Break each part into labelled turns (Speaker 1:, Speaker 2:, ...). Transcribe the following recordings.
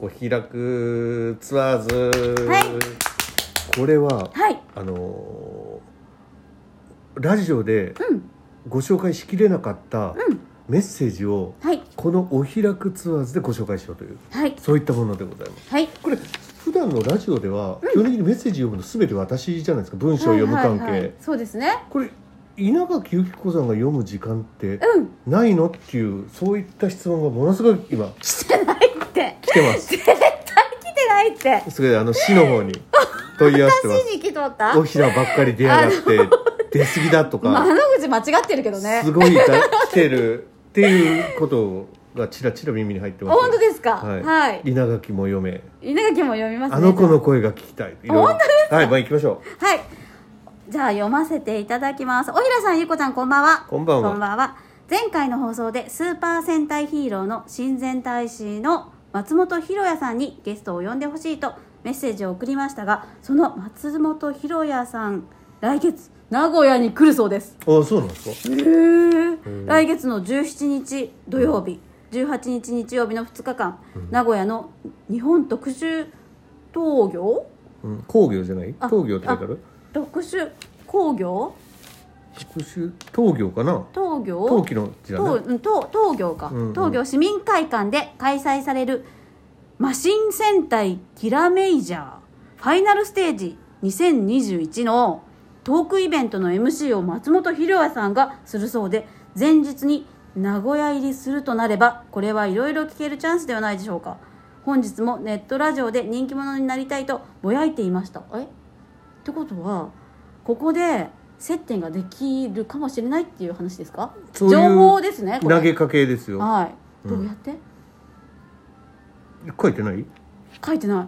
Speaker 1: お開くツアーズ、
Speaker 2: はい
Speaker 1: これは、
Speaker 2: はい
Speaker 1: あのーラジオで
Speaker 2: うん
Speaker 1: ご紹介しきれなかった
Speaker 2: うん
Speaker 1: メッセージを、
Speaker 2: はい
Speaker 1: このお開くツアーズでご紹介しようという
Speaker 2: はい
Speaker 1: そういったものでございます
Speaker 2: はい
Speaker 1: これ普段のラジオでは、基本的にメッセージ読むの全て私じゃないですか文章読む関係、
Speaker 2: はいはいはいそうですね
Speaker 1: これ稲垣由紀子さんが読む時間って
Speaker 2: うん
Speaker 1: ないのっていうそういった質問がものすごい今
Speaker 2: してないって
Speaker 1: 来てます
Speaker 2: 絶対来てないって
Speaker 1: それであの市の方に問い合わせてます
Speaker 2: 私に来とった
Speaker 1: おひらばっかり出やがって出過ぎだとか、
Speaker 2: 窓口間違ってるけどね
Speaker 1: すごいだ来てるっていうことがちらちら耳に入って
Speaker 2: あ
Speaker 1: ます
Speaker 2: 本当ですか
Speaker 1: はい
Speaker 2: はい
Speaker 1: 稲垣も読め
Speaker 2: 稲垣も読みますね
Speaker 1: あの子の声が聞きたいいろいろはいまあ行きましょう
Speaker 2: はいじゃあ読ませていただきますおひらさんゆうこちゃんこんばんは
Speaker 1: こんばんは
Speaker 2: こんばんは前回の放送でスーパー戦隊ヒーローの親善大使の松本ひろやさんにゲストを呼んでほしいとメッセージを送りましたがその松本ひろやさん来月名古屋に来るそうです
Speaker 1: あそうなんですか
Speaker 2: へー来月の17日土曜日18日日曜日の2日間、名古屋の日本特殊陶業
Speaker 1: うん、工業じゃない
Speaker 2: あ
Speaker 1: 陶業って書いてある
Speaker 2: 特殊工業
Speaker 1: 特殊陶業かな
Speaker 2: 陶業
Speaker 1: 陶器の字だ
Speaker 2: 陶
Speaker 1: ね
Speaker 2: うん陶陶業か、
Speaker 1: うんうん
Speaker 2: 陶業市民会館で開催されるマシン戦隊キラメイジャーファイナルステージ2021のトークイベントの MC を松本ひろやさんがするそうで前日に名古屋入りするとなればこれはいろいろ聞けるチャンスではないでしょうか本日もネットラジオで人気者になりたいとぼやいていましたえってことはここで接点ができるかもしれないっていう話ですか
Speaker 1: そういう
Speaker 2: 情報ですねこれ
Speaker 1: 投げかけですよ
Speaker 2: はいどうやって、
Speaker 1: 書いてない
Speaker 2: 書いてない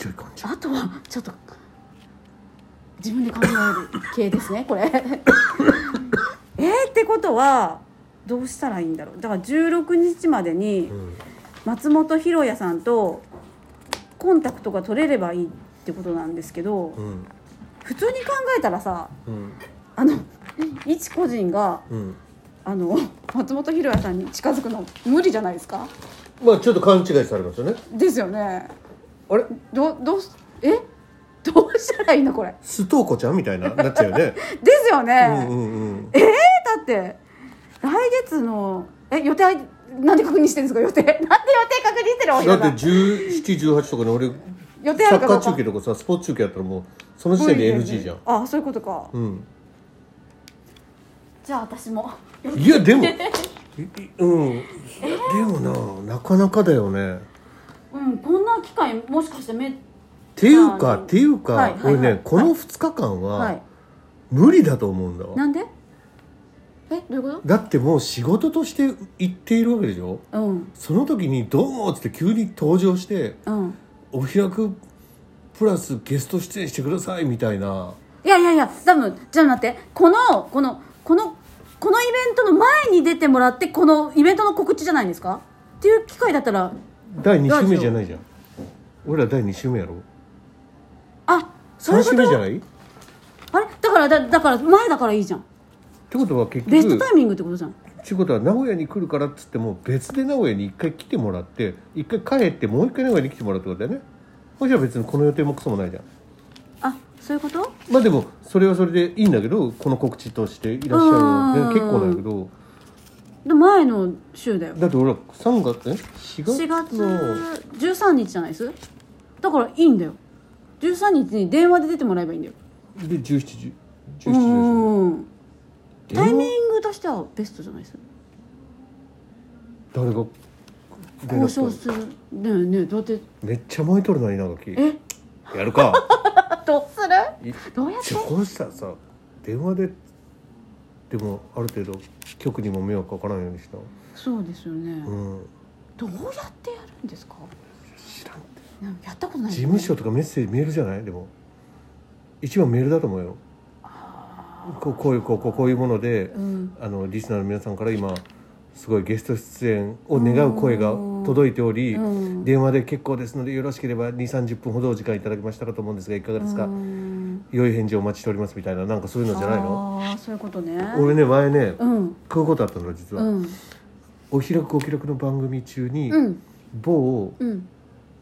Speaker 1: ちょいかんじゃ
Speaker 2: あとはちょっと自分で考える系ですね これえー、ってことはどうしたらいいんだろうだから16日までに
Speaker 1: ん
Speaker 2: 松本ひろやさんとコンタクトが取れればいいってことなんですけど、
Speaker 1: うん
Speaker 2: 普通に考えたらさ
Speaker 1: うん
Speaker 2: あの一個人が
Speaker 1: うん
Speaker 2: あの松本ひろやさんに近づくの無理じゃないですか
Speaker 1: まあちょっと勘違いされますよね
Speaker 2: ですよね
Speaker 1: あれ
Speaker 2: どうどうすえ どうしたらいいのこれ
Speaker 1: ストーコちゃんみたいななっちゃうよ ね
Speaker 2: ですよ
Speaker 1: う
Speaker 2: ね、
Speaker 1: んうんうん
Speaker 2: だって来月のえ予定なんで確認してるんですか予定 なんで予定確認してるおひ
Speaker 1: だ
Speaker 2: ら
Speaker 1: って
Speaker 2: さん
Speaker 1: 1718とかに俺
Speaker 2: 予定あ
Speaker 1: サ
Speaker 2: る
Speaker 1: ッカ
Speaker 2: かど
Speaker 1: ー
Speaker 2: うか
Speaker 1: 中継とかさスポーツ中継やったらもうその時点で NG じゃん
Speaker 2: あそういうことか、
Speaker 1: うん
Speaker 2: じゃあ私も
Speaker 1: いやで もいいうんいやでもななかなかだよね
Speaker 2: うんこんな機会もしかしてめ
Speaker 1: っていう
Speaker 2: まあ
Speaker 1: かっていうか、
Speaker 2: はいはいはい
Speaker 1: 俺ね、
Speaker 2: はい
Speaker 1: この2日間
Speaker 2: は
Speaker 1: はい無理だと思うんだわ、
Speaker 2: なんでえどういうこ
Speaker 1: だってもう仕事として行っているわけでしょ
Speaker 2: とうん
Speaker 1: その時に「どうも」っつって急に登場して
Speaker 2: うん
Speaker 1: 「お開くプラスゲスト出演してください」みたいない
Speaker 2: やいやいや多分じゃあ待ってこのこのこのこのイベントの前に出てもらってこのイベントの告知じゃないんですかっていう機会だったら
Speaker 1: 第2週目じゃないじゃん俺ら第2週目やろ
Speaker 2: あそう
Speaker 1: 3
Speaker 2: いうこ
Speaker 1: 週
Speaker 2: と
Speaker 1: 目じゃないって
Speaker 2: あれだからだだから前だからいいじゃん
Speaker 1: ことは結
Speaker 2: ベスト
Speaker 1: 局
Speaker 2: タイミングってことじゃん
Speaker 1: ちゅうことは名古屋に来るからっつっても別で名古屋に一回来てもらって一回帰ってもう一回名古屋に来てもらうってことだよねそしたら別にこの予定もクソもないじゃん
Speaker 2: あそういうこと
Speaker 1: まあでもそれはそれでいいんだけどこの告知としていらっしゃるのは
Speaker 2: うん
Speaker 1: 結構なんだけど
Speaker 2: で前の週だよ
Speaker 1: だって俺は3月え4
Speaker 2: 4
Speaker 1: 月
Speaker 2: 月
Speaker 1: の
Speaker 2: 13日じゃないですだからいいんだよ13日に電話で出てもらえばいいんだよ
Speaker 1: で17時
Speaker 2: う
Speaker 1: 17
Speaker 2: ん
Speaker 1: 時です
Speaker 2: タイ
Speaker 1: よ電
Speaker 2: ミ
Speaker 1: 話
Speaker 2: ングとしてはベストじゃないです
Speaker 1: 誰が出な
Speaker 2: 交
Speaker 1: くて
Speaker 2: 渉するねえねえどうやって
Speaker 1: めっちゃ前取るな稲垣
Speaker 2: え
Speaker 1: やるか
Speaker 2: あどうする
Speaker 1: い
Speaker 2: どうやって
Speaker 1: じゃあこうしたらさ電話ででもある程度局にも迷惑かからないようにした
Speaker 2: そうですよね
Speaker 1: うん
Speaker 2: どうやってやるんですか
Speaker 1: 知らんって
Speaker 2: なんかやったことない
Speaker 1: 事
Speaker 2: よね
Speaker 1: 務所とかメッセージメールじゃないでも一番メールだと思うよこうこういうこうこうこういうもので、
Speaker 2: うん
Speaker 1: あのリスナーの皆さんから今すごいゲスト出演を願う声が届いており、
Speaker 2: うん
Speaker 1: 電話で結構ですのでよろしければ2 3 0分ほどお時間いただけましたかと思うんですがいかがですか、
Speaker 2: うん
Speaker 1: 良い返事をお待ちしておりますみたいななんかそういうのじゃないの
Speaker 2: ああそういうことね
Speaker 1: 俺ね前ね、
Speaker 2: うん
Speaker 1: こういうことあったの実
Speaker 2: う
Speaker 1: は、
Speaker 2: ん
Speaker 1: お開くお記録の番組中に、
Speaker 2: うん
Speaker 1: 某
Speaker 2: うん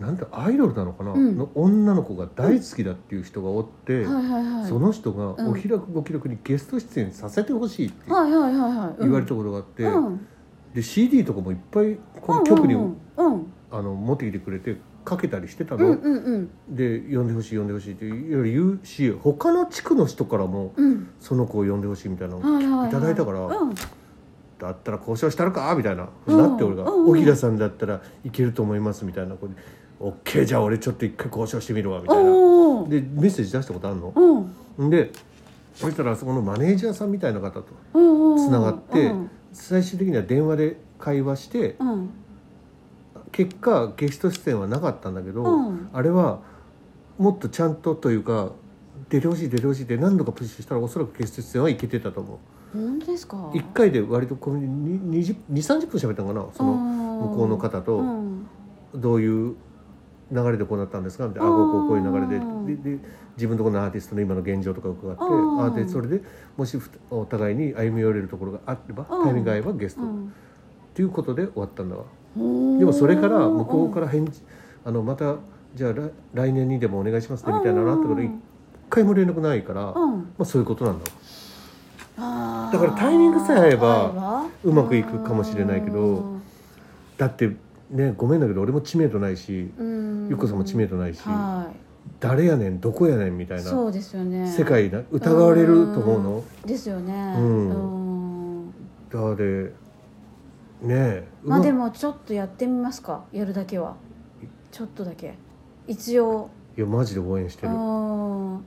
Speaker 1: なんてアイドルなのかな、
Speaker 2: うん
Speaker 1: の女の子が大好きだっていう人がおって、
Speaker 2: はいはいはい
Speaker 1: その人が
Speaker 2: うん
Speaker 1: お開くご記録にゲスト出演させてほしいって
Speaker 2: はいはいはいはい
Speaker 1: 言われ
Speaker 2: て
Speaker 1: たことがあって、
Speaker 2: うん
Speaker 1: で CD とかもいっぱいこの局に、
Speaker 2: うんうん
Speaker 1: あの持ってきてくれてかけたりしてた
Speaker 2: う
Speaker 1: の、
Speaker 2: んうんうん
Speaker 1: で呼んでほしい呼んでほしいっていろいろ言うし他の地区の人からも
Speaker 2: うん
Speaker 1: その子を呼んでほしいみたいなの
Speaker 2: うんはいはいはい
Speaker 1: いただいたから
Speaker 2: うん
Speaker 1: だったら交渉したのかみたいな、
Speaker 2: うん
Speaker 1: なって俺が「
Speaker 2: うんうん
Speaker 1: 小平さんだったらいけると思います」みたいなこれオッケーじゃあ俺ちょっと一回交渉してみるわ」みたいな
Speaker 2: おお
Speaker 1: でメッセージ出したことあるの
Speaker 2: うん
Speaker 1: でそしたらそこのマネージャーさんみたいな方と
Speaker 2: うん
Speaker 1: つながって
Speaker 2: うん
Speaker 1: 最終的には電話で会話して
Speaker 2: うん
Speaker 1: 結果ゲスト出演はなかったんだけ
Speaker 2: う
Speaker 1: ど
Speaker 2: ん
Speaker 1: あれはもっとちゃんとというか出てほしい出てほしいって何度かプッシュしたらおそらくゲスト出演はいけてたと思う
Speaker 2: 本当ですか
Speaker 1: 1回で割と230分喋ったのかなその向
Speaker 2: 向
Speaker 1: こうの方と。
Speaker 2: うん
Speaker 1: どういう流れでこうなったんですかってあ
Speaker 2: あー
Speaker 1: こうこうこういう流れででで自分のところのアーティストの今の現状とか伺って
Speaker 2: あ
Speaker 1: あー
Speaker 2: ー
Speaker 1: でそれでもしふたお互いに歩み寄れるところがあれば
Speaker 2: うん
Speaker 1: タイミングが合えばゲスト
Speaker 2: う
Speaker 1: と、
Speaker 2: ん
Speaker 1: いうことで終わったんだわ
Speaker 2: おー
Speaker 1: でもそれから向こうから返事あのまたじゃあ来来年にでもお願いしますねみたいなのあったけど
Speaker 2: うん
Speaker 1: 一回も連絡ないから、ま
Speaker 2: うん
Speaker 1: あ、そういうことなんだわ
Speaker 2: あー
Speaker 1: だからタイミングさえ合えば
Speaker 2: 合えば
Speaker 1: うまくいくかもしれないけど
Speaker 2: うん
Speaker 1: だってねごめんだけど俺も知名度ないし、
Speaker 2: うん
Speaker 1: ゆっこさんも知名度ないし、
Speaker 2: は
Speaker 1: 誰やねんどこやねんみた
Speaker 2: い
Speaker 1: いな
Speaker 2: そうですよね
Speaker 1: 世界な疑われると思うの。
Speaker 2: ですよね
Speaker 1: うん
Speaker 2: うん
Speaker 1: だでねえ
Speaker 2: まあで
Speaker 1: い
Speaker 2: もちょっとやってみますかやるだけはちょっとだけ一応
Speaker 1: やマジで応援して
Speaker 2: う
Speaker 1: る
Speaker 2: ん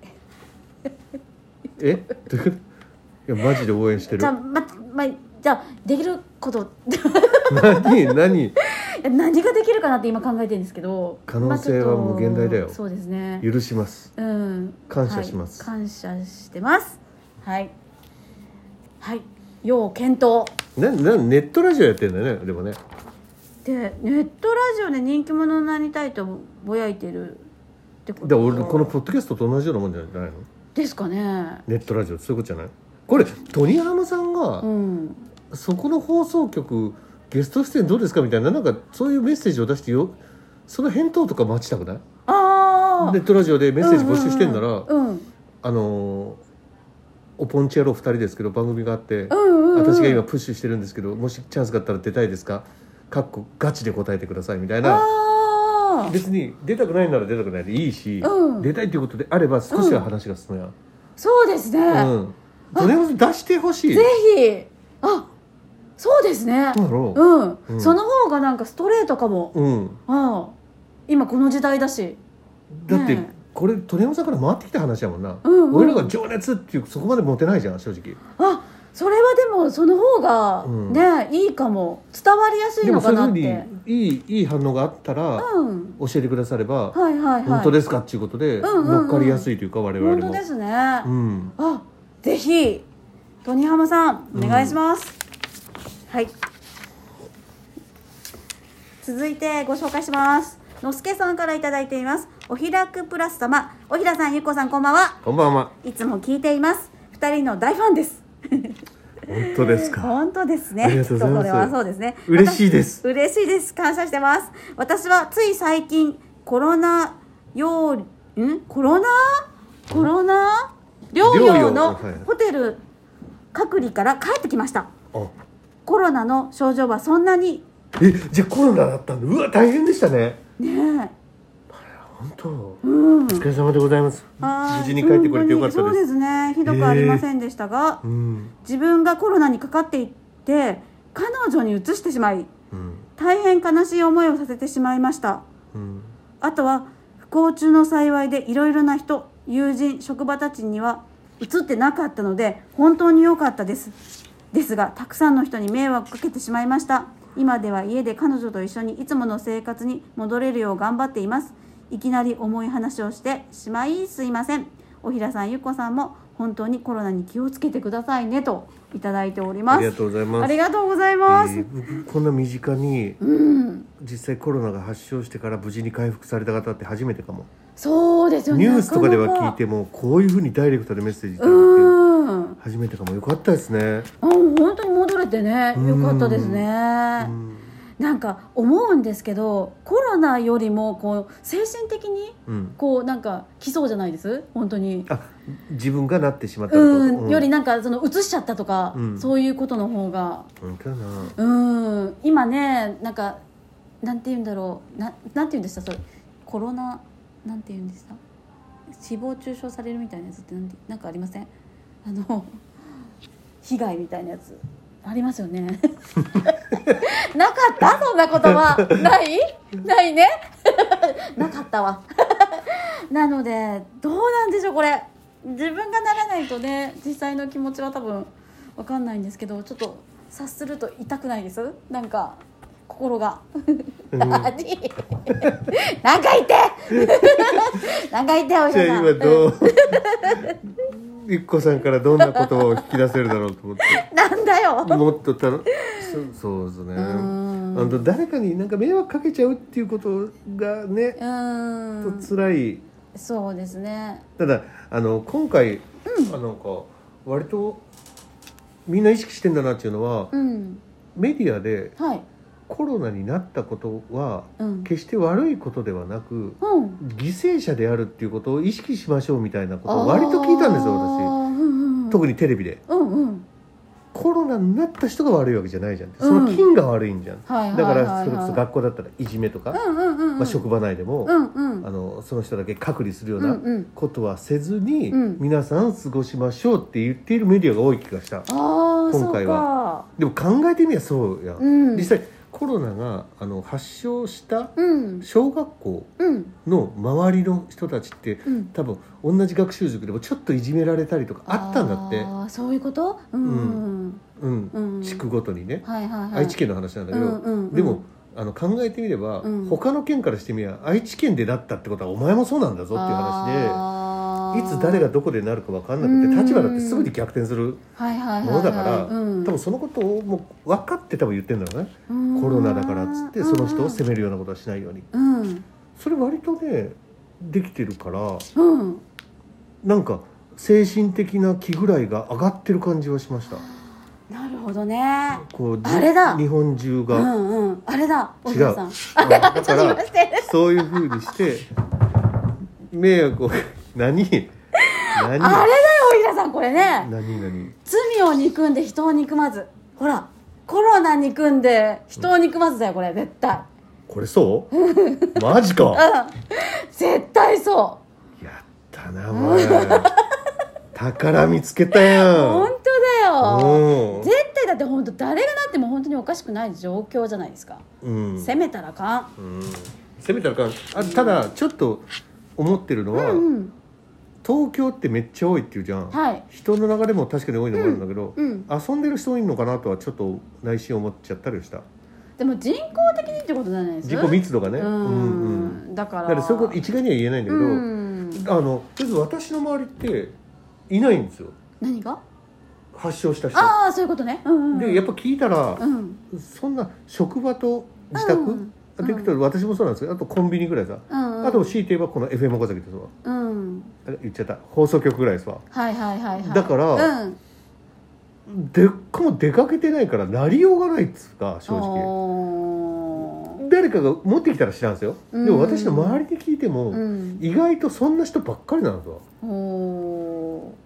Speaker 1: え どういうこといやマジで応援してる
Speaker 2: じゃあままじゃあできること
Speaker 1: 何何
Speaker 2: いや何ができるかなって今考えてるんですけど
Speaker 1: 可能性は無限大だよ
Speaker 2: まあちょっとそうですね
Speaker 1: 許します
Speaker 2: うん
Speaker 1: 感謝します
Speaker 2: はい感謝してますはいはい要検討
Speaker 1: ななネットラジオやってんだよねでもね
Speaker 2: でネットラジオで人気者になりたいとぼやいてるってこと
Speaker 1: で俺このポッドキャストと同じようなもんじゃないの
Speaker 2: ですかね
Speaker 1: ネットラジオってそういうことじゃないこれトニーハムさんが、
Speaker 2: うん
Speaker 1: そこの放送局ゲスト出演どうですかみたいななんかそういうメッセージを出してよその返答とか待ちたくない
Speaker 2: ああ
Speaker 1: ネットラジオでメッセージ募集してんなら、
Speaker 2: うんうん
Speaker 1: あのーおポンチ野郎2人ですけど番組があって、
Speaker 2: うんうん
Speaker 1: 私が今プッシュしてるんですけどもしチャンスがあったら出たいですかかっこガチで答えてくださいみたいな
Speaker 2: ああ
Speaker 1: 別に出たくないなら出たくないでいいし、
Speaker 2: うん
Speaker 1: 出たいということであれば少しは話が進む
Speaker 2: そうですね、
Speaker 1: やん、うんとりあえず出してほしい
Speaker 2: ぜひあそうですね
Speaker 1: どうだろう
Speaker 2: うん、
Speaker 1: うん
Speaker 2: その方がなんかストレートかも、
Speaker 1: うん
Speaker 2: ああ今この時代だし
Speaker 1: だって、
Speaker 2: ね
Speaker 1: これ鳥山さんから回ってきた話やもんな、
Speaker 2: うんうん
Speaker 1: 俺らが情熱っていうそこまで持てないじゃん正直
Speaker 2: あそれはでもその方が
Speaker 1: うん
Speaker 2: ね、いいかも伝わりやすい
Speaker 1: で
Speaker 2: の
Speaker 1: もそ
Speaker 2: か
Speaker 1: ういう
Speaker 2: な
Speaker 1: ふ
Speaker 2: っ
Speaker 1: う
Speaker 2: て
Speaker 1: にいいいい反応があったら
Speaker 2: うん
Speaker 1: 教えてくだされば、
Speaker 2: はいはいはい
Speaker 1: 本当ですかっていうことで
Speaker 2: うんうんうん
Speaker 1: 乗っかりやすいというか我々
Speaker 2: 本
Speaker 1: も
Speaker 2: 当ですね、
Speaker 1: うん
Speaker 2: あぜひトニハマさんお願いします、はい続いてご紹介しますのすけさんからいただいていますおひらくプラス様おひらさんゆっこさんこんばんは
Speaker 1: こんばんはい
Speaker 2: つも聞いています二人の大ファンです
Speaker 1: 本当ですか
Speaker 2: 本当ですね。
Speaker 1: ありがとうございます
Speaker 2: きっこれはそうですね。
Speaker 1: 嬉しいです
Speaker 2: 私嬉しいです。感謝してます。私はつい最近コロナ用んコロナコロナ療養の
Speaker 1: 療養はい
Speaker 2: ホテル隔離から帰ってきました。
Speaker 1: あ
Speaker 2: コロナの症状はそんなに
Speaker 1: えじゃあコロナだったんだうわ大変でしたね
Speaker 2: ね
Speaker 1: 本当お
Speaker 2: え。うん。
Speaker 1: 疲れ様でございます
Speaker 2: はい
Speaker 1: 無事に帰ってこれてよかった
Speaker 2: 本当にそう
Speaker 1: で
Speaker 2: ですすね。ひどくありませんでしたが、
Speaker 1: うん
Speaker 2: 自分がコロナにかかっていって彼女に移してしまい
Speaker 1: うん
Speaker 2: 大変悲しい思いをさせてしまいました。
Speaker 1: うん
Speaker 2: あとは不幸中の幸いでいろいろな人友人職場たちには移ってなかったので本当に良かったですですがたくさんの人に迷惑かけてしまいました今では家で彼女と一緒にいつもの生活に戻れるよう頑張っていますいきなり重い話をしてしまいすいませんおひらさんゆっこさんも本当にコロナに気をつけてくださいねといただいており
Speaker 1: あ
Speaker 2: ます
Speaker 1: りがとうございます
Speaker 2: ありがとうございます、
Speaker 1: えーこんな身近に
Speaker 2: うん
Speaker 1: 実際コロナが発症してから無事に回復された方って初めてかも
Speaker 2: そうですよね
Speaker 1: ニュースとかでは聞いて
Speaker 2: な
Speaker 1: もこういうふうにダイレクトでメッセージいた
Speaker 2: かなか
Speaker 1: だいて
Speaker 2: うん
Speaker 1: 初めてかもよかったですね
Speaker 2: あ本当に戻れてね
Speaker 1: うん
Speaker 2: よかったですね
Speaker 1: うん
Speaker 2: なんか思うんですけどコロナよりもこう精神的に
Speaker 1: うん
Speaker 2: こうなんか来そうじゃないです本当に
Speaker 1: あ自分がなってしまったらってこと
Speaker 2: うんよりなんかその移しちゃったとか、
Speaker 1: うん
Speaker 2: そういうことの方が
Speaker 1: 本当やな
Speaker 2: うん今ねなんかなんて言うんだろうななんて言うんでしたそれコロナなんて言うんでした誹謗中傷されるみたいなやつってなんてなんかありませんあの被害みたいなやつありますよね なかったそんな言葉ないないね なかったわ なのでどうなんでしょうこれ自分がならないとね実際の気持ちは多分わかんないんですけどちょっと察すると痛くないですなんか心が
Speaker 1: うん
Speaker 2: 何回言って 何回言ってお 医
Speaker 1: じ
Speaker 2: 者
Speaker 1: ゃあ
Speaker 2: さん
Speaker 1: 今どうゆっこさんからどんな言葉を引き出せるだろうと思って
Speaker 2: なんだよ
Speaker 1: もっとたのそうそうですね
Speaker 2: うーん
Speaker 1: あと誰かになんか迷惑かけちゃうっていうことがね
Speaker 2: う、ーん
Speaker 1: と辛い
Speaker 2: そうですね
Speaker 1: ただあの今回、あなんか割とみんな意識してんだなっていうのは、
Speaker 2: うん
Speaker 1: メディアで
Speaker 2: はい
Speaker 1: コロナになったことは
Speaker 2: うん
Speaker 1: 決して悪いことではなく
Speaker 2: うん
Speaker 1: 犠牲者であるっていうことを意識しましょうみたいなことを割と聞いたんですよ私
Speaker 2: 私
Speaker 1: 特にテレビで
Speaker 2: うんうん
Speaker 1: コロナになった人が悪いわけじゃないじゃんってその菌が悪いんじゃん、
Speaker 2: はいはい
Speaker 1: だ
Speaker 2: は
Speaker 1: か
Speaker 2: いは
Speaker 1: ら
Speaker 2: い
Speaker 1: それこそ学校だったらいじめとか、
Speaker 2: うんうんうんうん
Speaker 1: まあ、職場内でも、
Speaker 2: うんうん
Speaker 1: あのその人だけ隔離するよう
Speaker 2: うん
Speaker 1: な
Speaker 2: うん
Speaker 1: ことはせずに、
Speaker 2: うん
Speaker 1: 皆さん過ごしましょうって言っているメディアが多い気がした
Speaker 2: ああ
Speaker 1: 今
Speaker 2: そう
Speaker 1: 回
Speaker 2: か
Speaker 1: でも考えてみりゃそうや、
Speaker 2: うん
Speaker 1: 実際コロナがあの発症した
Speaker 2: うん
Speaker 1: 小学校
Speaker 2: うん
Speaker 1: の周りの人たちって
Speaker 2: うん
Speaker 1: 多分同じ学習塾でもちょっといじめられたりとかあったんだって
Speaker 2: あ、ーそういうことうん
Speaker 1: うん
Speaker 2: うんうん
Speaker 1: 地区ごとにね、
Speaker 2: はいはいはい
Speaker 1: 愛知県の話なんだけど、
Speaker 2: うんうんうん
Speaker 1: でもあの考えてみれば、
Speaker 2: うん
Speaker 1: 他の県からしてみれば愛知県でだったってことはお前もそうなんだぞっていう話で。
Speaker 2: あ
Speaker 1: い
Speaker 2: ー
Speaker 1: つ誰がどこでなるか分かんなく
Speaker 2: う
Speaker 1: て
Speaker 2: ん
Speaker 1: 立場だってすぐに逆転する
Speaker 2: はいはいはいはい
Speaker 1: ものだから
Speaker 2: うん
Speaker 1: 多分そのことをもう分かって多分言ってんだろうね
Speaker 2: うん
Speaker 1: コロナだからっつってその人を責めるようなことはしないように
Speaker 2: うん
Speaker 1: それ割とねできてるから
Speaker 2: うん
Speaker 1: なんか精神的な気ぐらいが上がってる感じはしました
Speaker 2: なるほどね
Speaker 1: こうじ
Speaker 2: あれだ
Speaker 1: 日本中
Speaker 2: う
Speaker 1: が
Speaker 2: んうんあれだお
Speaker 1: 違
Speaker 2: じ
Speaker 1: う
Speaker 2: さ
Speaker 1: うん
Speaker 2: ん
Speaker 1: だ
Speaker 2: ち
Speaker 1: か
Speaker 2: ょっと今
Speaker 1: ら
Speaker 2: してる
Speaker 1: そういうふうにして迷惑を何何
Speaker 2: あれだよおじさんこれね
Speaker 1: 何何
Speaker 2: 罪を憎んで人を憎まずほらコロナ憎んで人を憎まずだよこれ絶対
Speaker 1: これそうマジか
Speaker 2: 絶対そ
Speaker 1: やったなお前宝見つけたや
Speaker 2: う本
Speaker 1: ん
Speaker 2: 当だよ
Speaker 1: うん
Speaker 2: 絶対だって本当誰がなっても本当におかしくない状況じゃないですか
Speaker 1: うん
Speaker 2: 攻めたらあかん
Speaker 1: うん攻めたらあかんあただちょっと思ってるの
Speaker 2: う
Speaker 1: は、
Speaker 2: んうん
Speaker 1: 東京ってめっちゃ多いっていうじゃん、
Speaker 2: はい
Speaker 1: 人の流れも確かに多いのもあるんだけど、
Speaker 2: うん
Speaker 1: 遊んでる人多いのかなとはちょっと内心思っちゃったりした
Speaker 2: でも人工的にってことじゃないです
Speaker 1: 自己密度がね
Speaker 2: う
Speaker 1: うんうん
Speaker 2: んだか
Speaker 1: だ
Speaker 2: ら
Speaker 1: からそういうこと一概には言えないんだけど、
Speaker 2: うん
Speaker 1: あのとりあえず私の周りっていないんですよ
Speaker 2: 何が
Speaker 1: 発症した人
Speaker 2: ああそういうことねうんうん
Speaker 1: でやっぱ聞いたら、
Speaker 2: うん
Speaker 1: そんな職場と自宅、
Speaker 2: うん
Speaker 1: でいくと私もそうなんですけどあとコンビニぐらいさ、
Speaker 2: うん
Speaker 1: あと強いて言えばこの FM 岡崎ですわ
Speaker 2: うん
Speaker 1: あれ言っちゃった放送局ぐらいですわ
Speaker 2: はいはいはいはい
Speaker 1: だから
Speaker 2: うん
Speaker 1: でっかも出かけてないからなりようがないっつうか正直
Speaker 2: おー
Speaker 1: 誰かが持ってきたら知らんすよで
Speaker 2: うん
Speaker 1: も私の周りで聞いても、
Speaker 2: うん
Speaker 1: 意外とそんな人ばっかりなんですわ
Speaker 2: おー